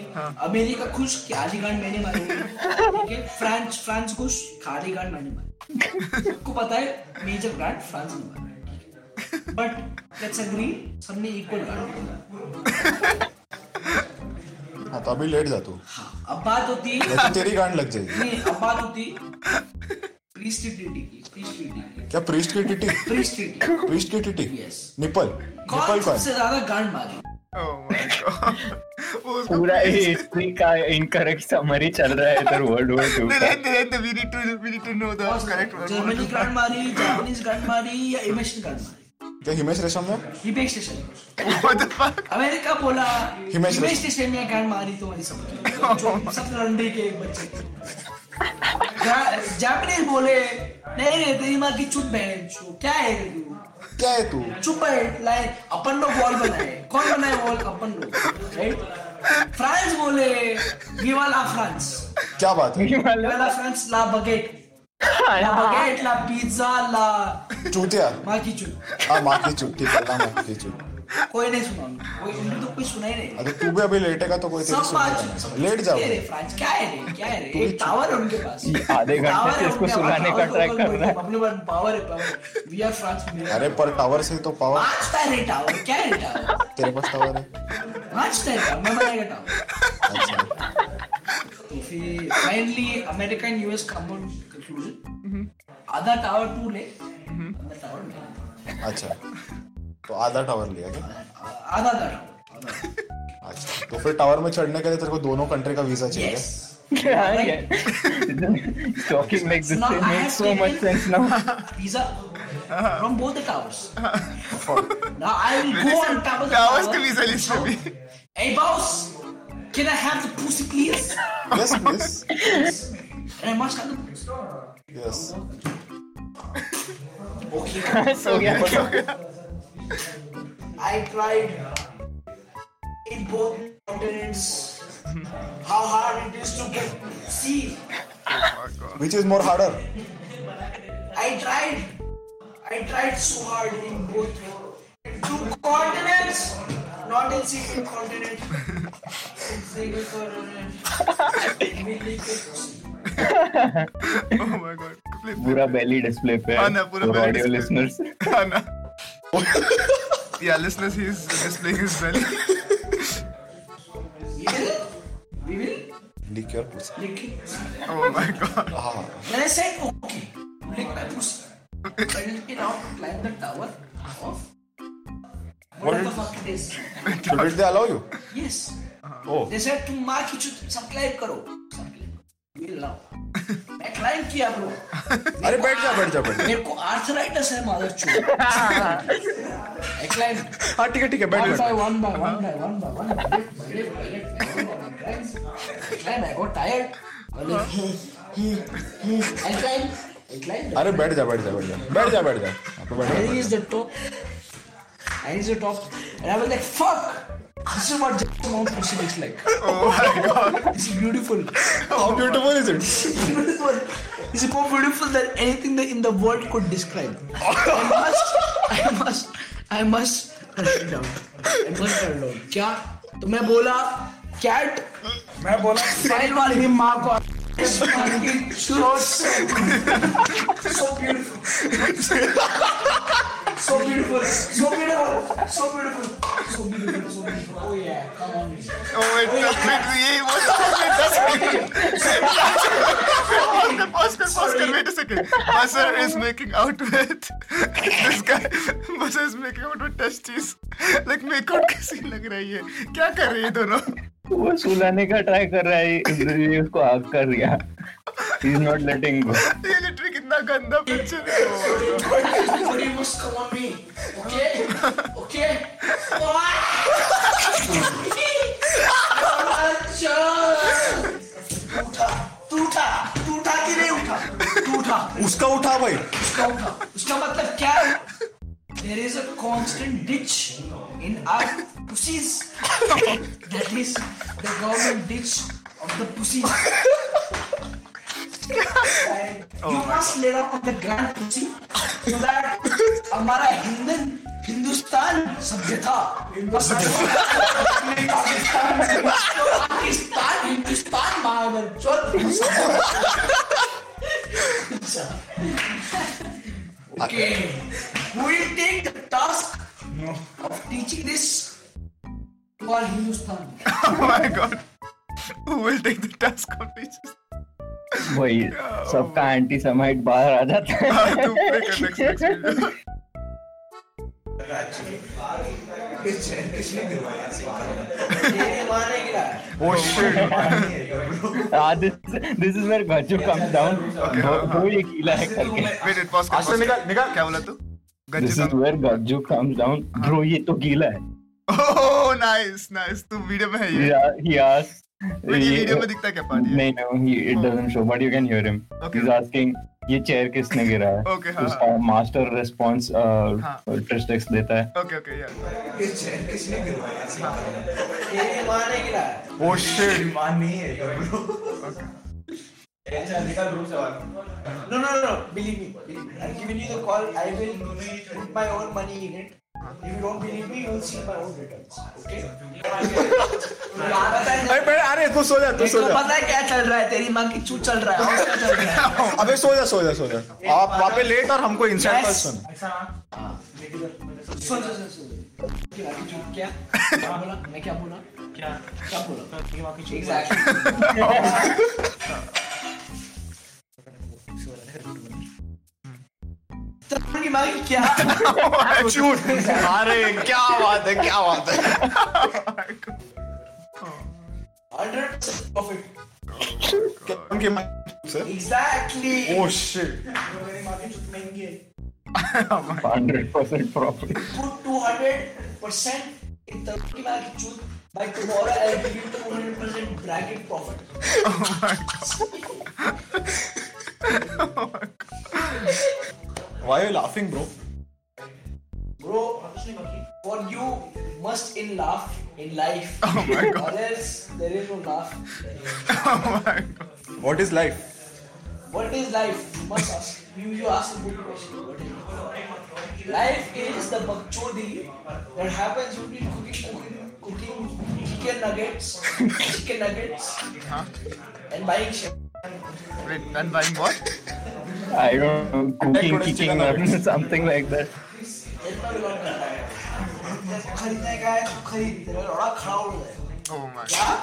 G: अमेरिका खुश कि आधी गांड मैंने मारी ठीक है फ्रांस फ्रांस खुश कि आधी गांड मैंने मारी सबको पता है मेजर गांड फ्रांस ने मारा बट लेट्स एग्री सबने इक्वल गांड मारा
J: हाँ तो अभी लेट जा तू
G: हाँ अब बात होती है
F: अच्छा।
J: वैसे तेरी गांड लग जाएगी
G: नहीं अब बात होती प्रीस्ट ट्रीटी की प्रीस्ट ट्रीटी की
J: क्या प्रीस्ट की टिटी
G: प्रीस्ट ट्रीटी
J: प्रीस्ट की टिटी
G: Yes.
J: निपल
G: कौन
J: निपल कौन
G: सबसे ज्यादा गांड मारी
A: Oh my god. वो उसको
C: पूरा
A: please-
C: हिस्ट्री का इनकरेक्ट समरी चल रहा है इधर world war two
A: No, no,
C: का
A: no, no, we need to- we need to know the correct word.
G: Germany गांड मारी जापानीज गांड मारी या इमेशन गांड मारी
J: क्या हिमेश रेशम ने
G: Himesh station
A: What the fuck?
G: America बोला
J: हिमेश
G: हिमेश स्टेशन में गांड मारी तुम्हारी सब जो सब रंडे के एक बच्चे जा- जापानीज बोले नहीं नहीं तेरी माँ की चुप बहन छो क्या है रे तू
J: क्या है तू
G: चुप बैठ लाए अपन लोग वॉल बनाए कौन बनाए वॉल अपन लोग राइट फ्रांस बोले ये वाला फ्रांस
J: क्या बात है
G: ये वाला फ्रांस ला baguette baguette la pizza la
J: चूतिया
G: माँ की चुन
J: हाँ माँ की चूत ठीक है ना, माँ की चूत
G: कोई नहीं सुना उनको। कोई उनको तो कोई सुना ही नहीं
J: अगर तू भी अभी लेटेगा तो कोई तेरी
G: सब
J: सुनेगा
G: बात-
J: नहीं।
G: सब
J: लेट जाओ
G: ये रे फ्रांस क्या है रे क्या है रे एक टावर है उनके पास
C: आधे घंटे
G: Tower
C: से
G: है
C: इसको
G: उनके
C: सुनाने
G: पास,
C: का
G: और
C: try
G: कोई-
C: कर
G: कोई-
C: रहा है।
G: अपने पास पावर है पावर वी आर फ्रांस
J: अरे पर टावर से ही तो पावर
G: पांच टायर है टावर क्या है टावर
J: तेरे पास टावर है
G: पांच टायर टावर मैं बनाएगा टावर
J: अच्छा
G: तो फिर finally America and US common conclusion आधा टावर टू ले आधा टावर ले
J: अच्छा तो आधा टावर लिया क्या
G: आधा आधा टावर आधा टावर।
J: अच्छा तो फिर टावर में चढ़ने के लिए तेरे को दोनों कंट्री का वीजा चाहिए
G: Yes.
C: Ah, Yeah, yeah. Talking like this
G: Now I have
C: makes so much
G: taken
C: sense now.
G: Visa from both the towers.
J: For-
G: Now I will go on top of the
A: towers
G: tower.
A: के visa list में भी
G: Hey boss, can I have the pussy please?
J: yes please
G: And I must have the pussy.
J: yes
G: Okay.
C: so yeah,
G: I tried in both continents how hard it is to get see.
J: which is more harder
G: I tried. I tried so hard in both in two continents, not in single continent. In single continent. We need to-
A: oh my God
C: पूरा belly display पे
A: हाँ ना, पूरा
C: for
A: belly
C: audio
A: display।
C: listeners.
A: Anna. yeah, listeners, he's displaying his belly.
G: We will. We will.
J: lick your pussy
G: Lick it.
A: oh my god.
J: हाँ
G: Then I said, okay, lick my pussy. Let me now climb the tower of. What the fuck it is?
J: should it they allow you
G: Yes.
J: oh
G: They said तुम माँ की चुत subscribe करो Will now. मैं climb किया bro
J: अरे बैठ जा बैठ जा बैठ जा
G: मेरे को आर्थराइटिस है मादर चूत मैं क्लाइम
J: हाँ ठीक है ठीक है बैठ
G: वन
J: बैठ
G: by one by one by one by one climb I got tired I climb I climb
J: अरे बैठ जा बैठ जा बैठ जा बैठ जा बैठ जा यहाँ पे बैठ जा,
G: Where
J: बैठ
G: is the top? I is the top, and I was like, "Fuck! This is what Jackson Mount Pussy looks like.
A: Oh my god.
G: It's beautiful,
J: जा how beautiful is it
G: beautiful. It's more beautiful than anything that in the world could describe." I must, I must, I must cut it down. I must cut it down. क्या? तो मैं बोला, cat
K: मैं बोला
G: file वाली माँ को So so beautiful. So beautiful. So beautiful. So beautiful. So beautiful. So beautiful. Oh yeah. Come on.
A: Oh, it completely. He was it doesn't- Pause, pause, pause, pause. Wait a second. Basar is making out with this guy. Basar is making out with testes. Like make out कैसी लग रही है? क्या कर रही है दोनों?
C: वो सुलाने का ट्राई कर रहा है इसलिए उसको आग कर रिया He's not letting go.
A: ये literally कितना गंदा picture है. Oh my God.
G: But you must come on me. Okay. Okay. उठा तू उठा तू उठा कि नहीं उठा तू उठा
J: उसका उठा भाई
G: उसका उठा उसका मतलब क्या है there is a constant ditch in our pussies that is the government ditch of the pussies you must let up the grand pussy so that हमारा हिंदन हिंदुस्तान सभ्यता हिंदुस्तान पाकिस्तान हिंदुस्तान महावर चल Okay. Who will take the task of teaching this to all Hindustan?
A: Oh my god. Who will take the task of teaching?
C: वही सबका anti Semite बाहर आ जाता है
A: Ah, to make a next next video. Oh,
C: Ah, this is where Gajju comes down वो ये गीला है करके
A: Wait, wait, pause. कर,
J: आज से
A: pause कर.
J: निकाल निकाल
A: क्या बोला तू?
C: This is where Gajju comes down bro ये तो गीला है
A: Oh, nice, nice. तू वीडियो में है ये.
C: he asks
A: Wait, ये
C: ये-
A: वीडियो में दिखता क्या पार्ट ये?
C: नहीं no he it doesn't show but you can hear him
A: Okay.
C: he's asking ये चेयर किसने गिरा है
A: Okay, हाँ,
C: उसका मास्टर रिस्पांस
A: हाँ।
C: ट्रिस्टेक्स देता है
A: Okay, okay, yeah.
G: ये मानेगा
J: ओ शिट
K: ईमान नहीं है ब्रो ऐसा निकाल रूम से बाहर
G: No, no, no, believe me. Believe me. I'm giving you the call. I will put my own money in it. If you don't believe me, you'll see my own returns. Okay? हाँ,
F: अरे
G: अरे
F: पहले तो अरे तू सो जा तू सो जा
G: पता है क्या चल रहा है तेरी माँ की चू चल रहा है और क्या चल रहा है
F: अबे सो जा सो जा सो जा आप वहाँ पे लेट और हमको इंसाइड पर
G: Yes.
F: सुन
G: सुन सुन सुन सुन क्या क्या क्या बोला मैं क्या बोला क्या क्या बोला एग्जैक्टली मांगी क्या
F: शूट अरे क्या बात है क्या बात है
G: हंड्रेड परफेक्ट
F: क्या- उनके mind से
G: एग्जैक्टली
F: ओ शिट
G: मेरी माँ की चूत महंगी है
C: hundred percent profit
G: put 200% in Turkey market choose by tomorrow I'll give you 200% bracket profit.
F: why are you laughing bro
G: Bro, for you must in laugh in life.
F: Oh my God.
G: Or else there is no laugh.
A: Oh
F: what is life
G: What is life? You must ask. You, you ask a good question. What is life? Life is the bakchodi that happens between cooking, cooking, cooking chicken nuggets, chicken nuggets, and buying shit.
A: Wait, and buying what?
C: I don't know, cooking, kicking, or something like that.
G: इतना विरोध करता है तेरे को खरीदना है क्या है तू खरीद तेरा लौड़ा खड़ा उड़ गया
A: Oh my.
G: क्या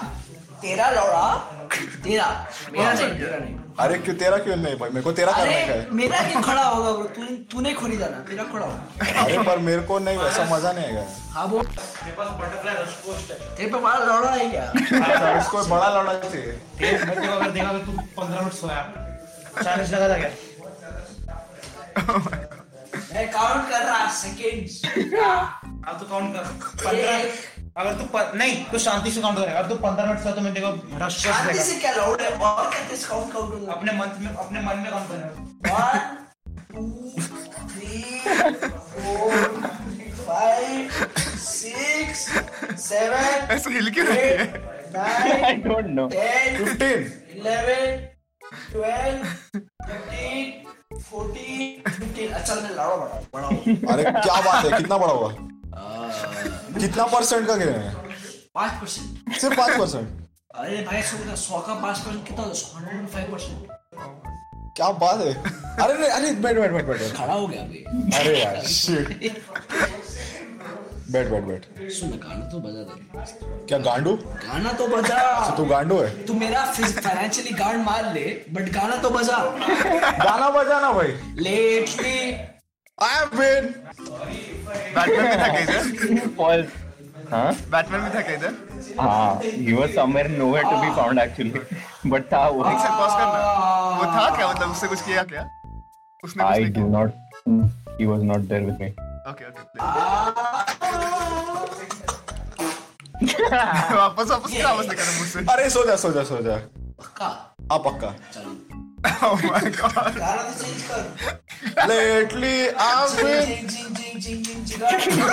G: तेरा लौड़ा तेरा मेरा नहीं मेरा नहीं
F: अरे क्यों तेरा क्यों नहीं भाई मेरे को तेरा करना क्या
G: अरे
F: है
G: मेरा क्यों खड़ा होगा ब्रो तू तूने खरीदा ना मेरा खड़ा होगा
F: अरे पर मेरे को नहीं वैसा मजा नहीं आएगा
G: हाँ बोल मेरे पास बटरफ्लाई रस पोस्ट है तेरे पे बड़ा लौड़ा है क्या
F: हाँ, इसको बड़ा लौड़ा चाहिए
K: मैं तेरे को अगर देखा तो तू 15 मिनट सोया चालीस लगा था क्या
G: मैं काउंट कर रहा सेकंड्स
K: अब तो काउंट कर 15 अगर तू प- नहीं तू शांति से काउंट करेगा अगर तू 15 मिनट सोया तो मैं तेरे को रश रश
G: शांति से
K: देगा
G: क्या लौड़ा है और कहते हैं काउंट काउंट करूंगा
K: अपने मन में अपने मन में काउंट करेगा
G: One, two, three, four, five, six, seven,
A: ऐसे हिल क्यों रही
G: eight,
A: है
C: I
G: nine,
C: don't know.
G: ten,
F: fifteen
G: eleven, twelve, thirteen, fourteen, fifteen. अच्छा मैं लाड़ा बढ़ाओ बढ़ाओ
F: अरे क्या बात है कितना बड़ा हुआ कितना परसेंट का गिरे हैं
G: पाँच परसेंट
F: सिर्फ पाँच परसेंट
G: अरे भाई सौ का सौ का पाँच परसेंट कितना होता है हंड्रेड फाइव परसेंट
F: क्या बात है अरे नहीं, अरे बैठ बैठ बैठ बैठ
G: खड़ा हो गया भाई
F: अरे यार शिट बैठ बैठ बैठ
G: सुन गाना तो बजा दे
F: क्या गांडू
G: गाना तो बजा
F: तू गांडू है
G: तू मेरा फाइनेंशियली गार्ड मार ले बट गाना तो बजा
F: गाना बजाना भाई
G: lately
F: I have been
A: Batman भी था क्या इधर
C: False. Huh?
A: बैटमैन भी था क्या इधर
C: Ah, he was somewhere nowhere to be
A: Ah.
C: found actually. But था वो.
A: एक सेकंड पॉज करना वो था क्या मतलब उससे कुछ किया क्या उसने कुछ
C: I
A: नहीं
C: do
A: किया
C: not. He was not there with me.
A: Okay okay वापस वापस क्या आवाज निकाला मुझसे
F: अरे सो जा सो जा सो जा
G: पक्का
F: हाँ पक्का
G: चलो
A: ओह माय गॉड
G: गाना तो चेंज कर
F: लेटली आई बीन
G: जिंग जिंग जिंग जिंग जिंग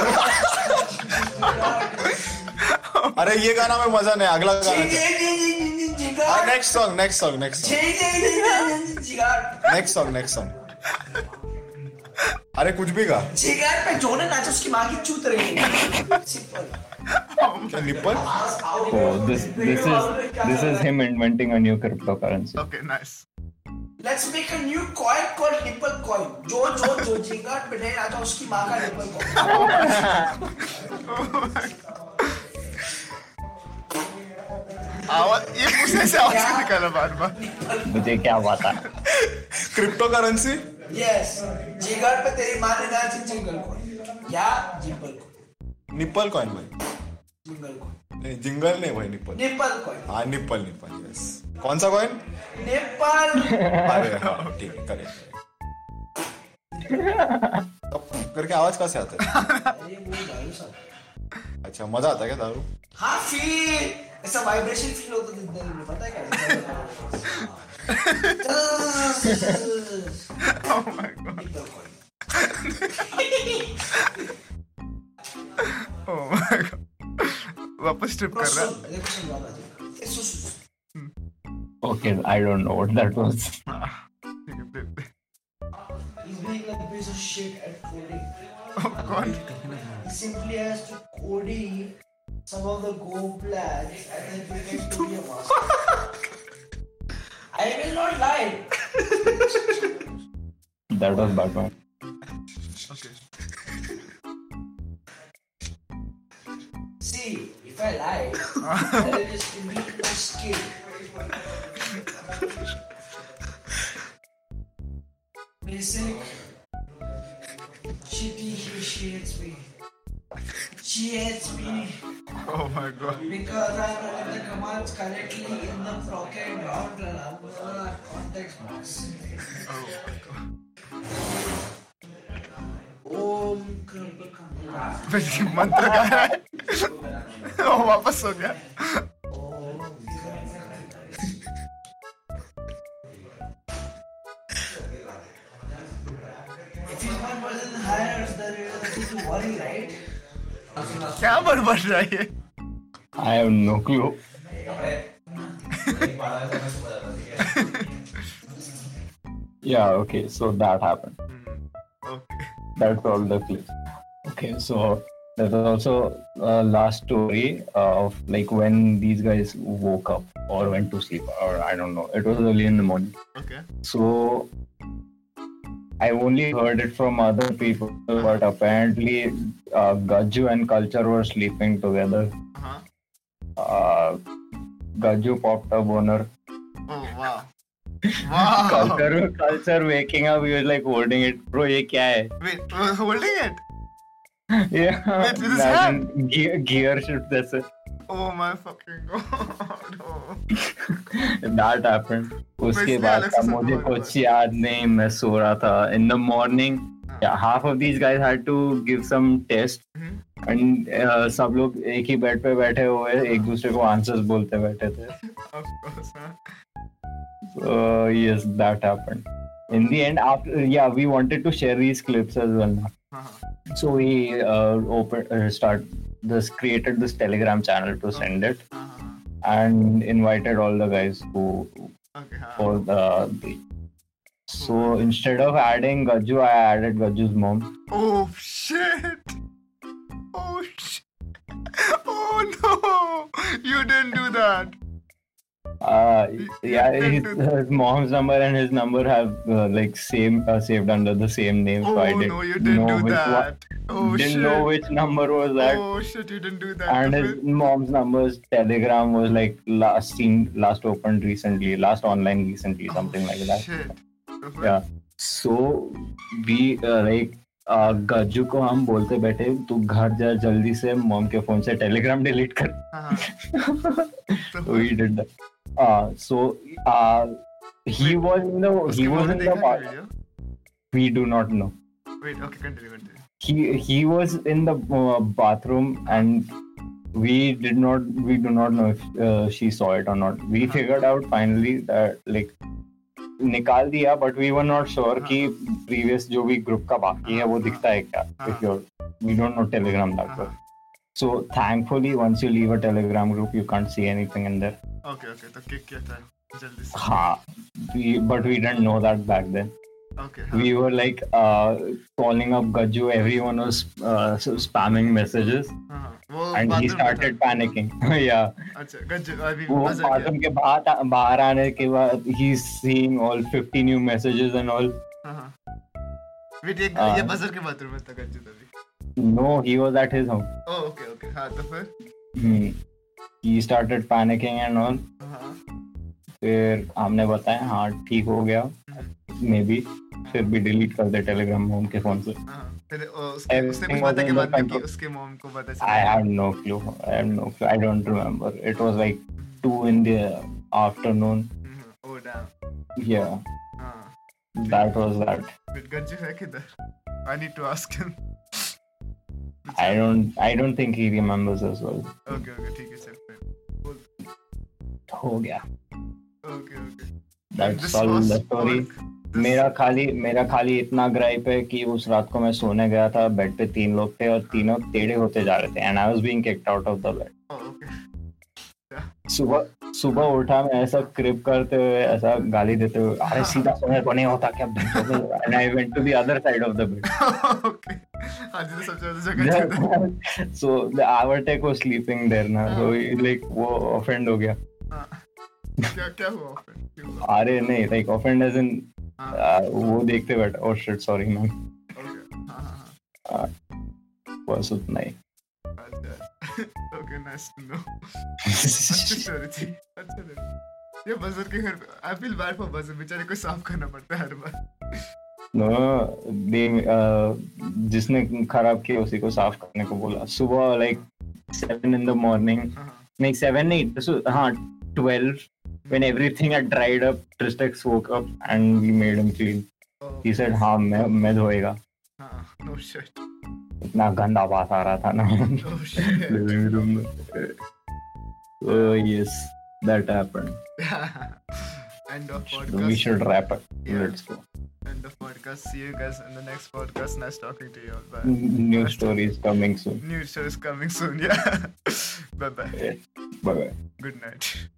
G: जिंग
F: अरे ये गाना में मजा नहीं अगला
G: जिंग
F: गाना
G: जिंग जिंग जिंग
F: next song next song next song
G: जिगार
F: नेक्स्ट सॉन्ग नेक्स्ट सॉन्ग अरे कुछ भी गा
G: जिगार पे जो ने नाचा उसकी माँ की चूत रही है सिंपल
F: क्या nipple
C: So Oh, this this is this is him inventing a new cryptocurrency.
A: Okay nice
G: let's make a new coin called nipple coin जो जो जो जिगार पे नहीं नाचा उसकी माँ का निपल कॉइन
A: आवाज ये मुझसे ऐसे आवाज क्यों निकाला बार बार
C: मुझे क्या पता?
F: क्रिप्टो करेंसी
G: यस जिगार पे तेरी माँ ने नाची जिंगल कॉइन या जिंगल कॉइन
F: निप्पल कॉइन भाई
G: जिंगल कॉइन
F: नहीं जिंगल नहीं भाई निप्पल
G: निपल कॉइन
F: हाँ निप्पल निप्पल यस कौन सा कॉइन
G: निपल
F: अरे हाँ ठीक है करेक्ट तब करके आवाज कहाँ से आता है अच्छा मजा आता है क्या दारू
G: हाँ फील ऐसा वाइब्रेशन फील होता है दिल में पता है क्या
A: oh my god oh my god वापस ट्रिप कर रहा
G: सुन, देखो सुन बाबा जी। ये सुन, सुन, सुन।
C: Oh Okay, I don't know what that was.
G: He's being like a piece of shit at coding. He simply has to coding some of the Go plans and then he gets to be a master. I will not lie.
C: That was bad one.
A: Okay.
G: See, if I lie, that is just to meet my skill. Basic. She thinks she hates me. She hates me
A: Oh my god.
G: because I'm running the commands correctly in the proper round number context box.
A: Oh
G: Om Krishna Kamala.
A: मंत्र गा रहा है वो वापस हो गया
G: If you one person hires, there is nothing to worry, right?
A: क्या बड़बड़ रहा है ये?
C: I have no clue. Yeah, okay, so that happened.
A: Mm,
C: That's all the clips. Okay, so there's also a last story uh, of like when these guys woke up or went to sleep, or I don't know. It was early in the morning.
A: Okay.
C: So I only heard it from other people, but apparently uh, Gaju and Culture were sleeping together.
A: Uh-huh.
C: Uh, Gaju popped a boner.
A: Oh wow. Wow.
C: Culture, culture waking up, he was like holding it. Bro, ये क्या है?
A: Wait, was holding it?
C: Yeah.
A: Wait, with his hand?
C: imagine gear, gear shift. That's it.
A: Oh my fucking god. Oh.
C: that happened उसके
A: तो इसलिए
C: बाद
A: अलग
C: का
A: से
C: मुझे कुछ याद नहीं मैं सो रहा था in the morning
A: हाँ।
C: yeah, half of these guys had to give some test
A: hmm.
C: and uh, सब लोग एक ही बेड पे बैठे हुए एक दूसरे को आंसर्स बोलते बैठे थे
A: Of course, huh?
C: so yes that happened in the end after yeah we wanted to share these clips as well
A: Uh-huh,
C: so we uh, open uh, start this created this telegram channel to send it
A: uh-huh.
C: and invited all the guys who
A: uh-huh.
C: for the, the so instead of adding Gaju, I added Gaju's mom.
A: Oh shit! Oh shit! Oh no! You didn't do that.
C: Uh, yeah, his, his mom's number and his number have uh, like same uh, saved under the same name. so I
A: Oh,
C: didn't
A: no, you didn't
C: know
A: do
C: which
A: that.
C: One,
A: Oh,
C: didn't know
A: shit.
C: which number was that.
A: Oh shit! You didn't do that.
C: and his mom's numbers telegram was like last seen last opened recently last online recently something like
A: Oh,
C: that yeah so we uh, like uh, Gajju को हम बोलते बैठे तू घर जा जल्दी से mom के फोन से टेलीग्राम डिलीट कर
A: Uh-huh.
C: we did that uh, so uh, he was in the he was in the
A: video?
C: we do not know
A: Wait. Okay. Continue. Continue.
C: he he was in the uh, bathroom and we did not we do not know if uh, she saw it or not we figured out finally that like निकाल दिया but we were not sure कि previous जो भी group का बाकी है वो दिखता है क्या if your we don't know Telegram that so thankfully once you leave a Telegram group you can't see anything in there
A: Okay. Okay. तो kick किया था जल्दी से.
C: हाँ but we didn't know that back then
A: Okay. uh-huh.
C: we were like uh, calling up Gaju. Everyone was uh, s- spamming messages,
A: हाँ, वो
C: and he
A: Uh-huh. bathroom में था.
C: started panicking. yeah,
A: अच्छा गज्जू अभी
C: वो
A: मजा किया.
C: bathroom के बाहर बाहर आने के बाद he's seeing all 50 new messages and all.
A: हाँ, हाँ. Wait, ये
C: हाँ.
A: ये बजर के बाथरूम में था गज्जू तभी.
C: No, he was at his home.
A: Oh, okay. Okay. हाँ तो फिर.
C: Hmm. He started panicking and all.
A: हाँ.
C: फिर हमने बताया हाँ ठीक हो गया मे बी फिर भी डिलीट कर दे टेलीग्राम होम के फोन से
A: फिर अ, हाँ। उसके उसने कुछ
C: Everything was
A: पता के
C: under
A: बाद में कि
C: control.
A: उसके मॉम को पता
C: I
A: चला
C: have no clue. I have no clue. I don't remember. It was like two in the afternoon.
A: Oh damn.
C: Yeah,
A: हाँ.
C: that was that.
A: Wait, Gajju है किधर? I need to ask him.
C: I don't. I don't think he remembers as well.
A: Okay, okay, ठीक है चल फिर. बोल.
C: हो गया.
A: Okay, okay.
C: That's
A: This
C: all
A: was
C: the story. मेरा खाली मेरा खाली इतना ग्राइप है कि उस रात को मैं सोने गया था बेड पे तीन लोग थे और तीनों टेढ़े होते जा रहे थे and I was being kicked out of the bed
A: Oh, okay.
C: सुबह
B: सुबह उठा मैं ऐसा क्रिप करते हुए ऐसा गाली देते हुए अरे सीधा सोने को नहीं होता क्या and I went to the other side of the bed
A: आज तो सबसे ज्यादा जगह जाता है
B: so the overtake was sleeping there ना सो लाइक वो ऑफेंड हो गया
A: क्या क्या हुआ फिर?
B: अरे नहीं लाइक ऑफेंड एज इन वो देखते बैठा
C: "Oh
B: oh shit sorry ma'am
A: हाँ,
B: बस उतना ही
A: अच्छा, Okay, nice to know. अच्छी story थी, अच्छा था। ये बजर के घर I feel bad for buzzer बेचारे को साफ करना पड़ता है हर बार
B: नो दे
C: uh,
B: जिसने खराब किया उसी को साफ करने को बोला सुबह like seven in the morning नहीं सेवन नहीं सो हाँ twelve uh-huh, when everything had dried up Tristex woke up and we made him clean he said हाँ मैं मैं धोएगा
A: नो शिट
B: इतना गंदा बात आ रहा था ना लिविंग रूम में so yes that happened
A: end of
B: so we should wrap it let's go
A: end of podcast. See you guys in the next podcast. Nice talking to you all.
B: Hmm.
A: Bye.
B: new stories coming soon
A: New show is coming soon. Yeah. bye bye.
B: bye bye
A: Good night.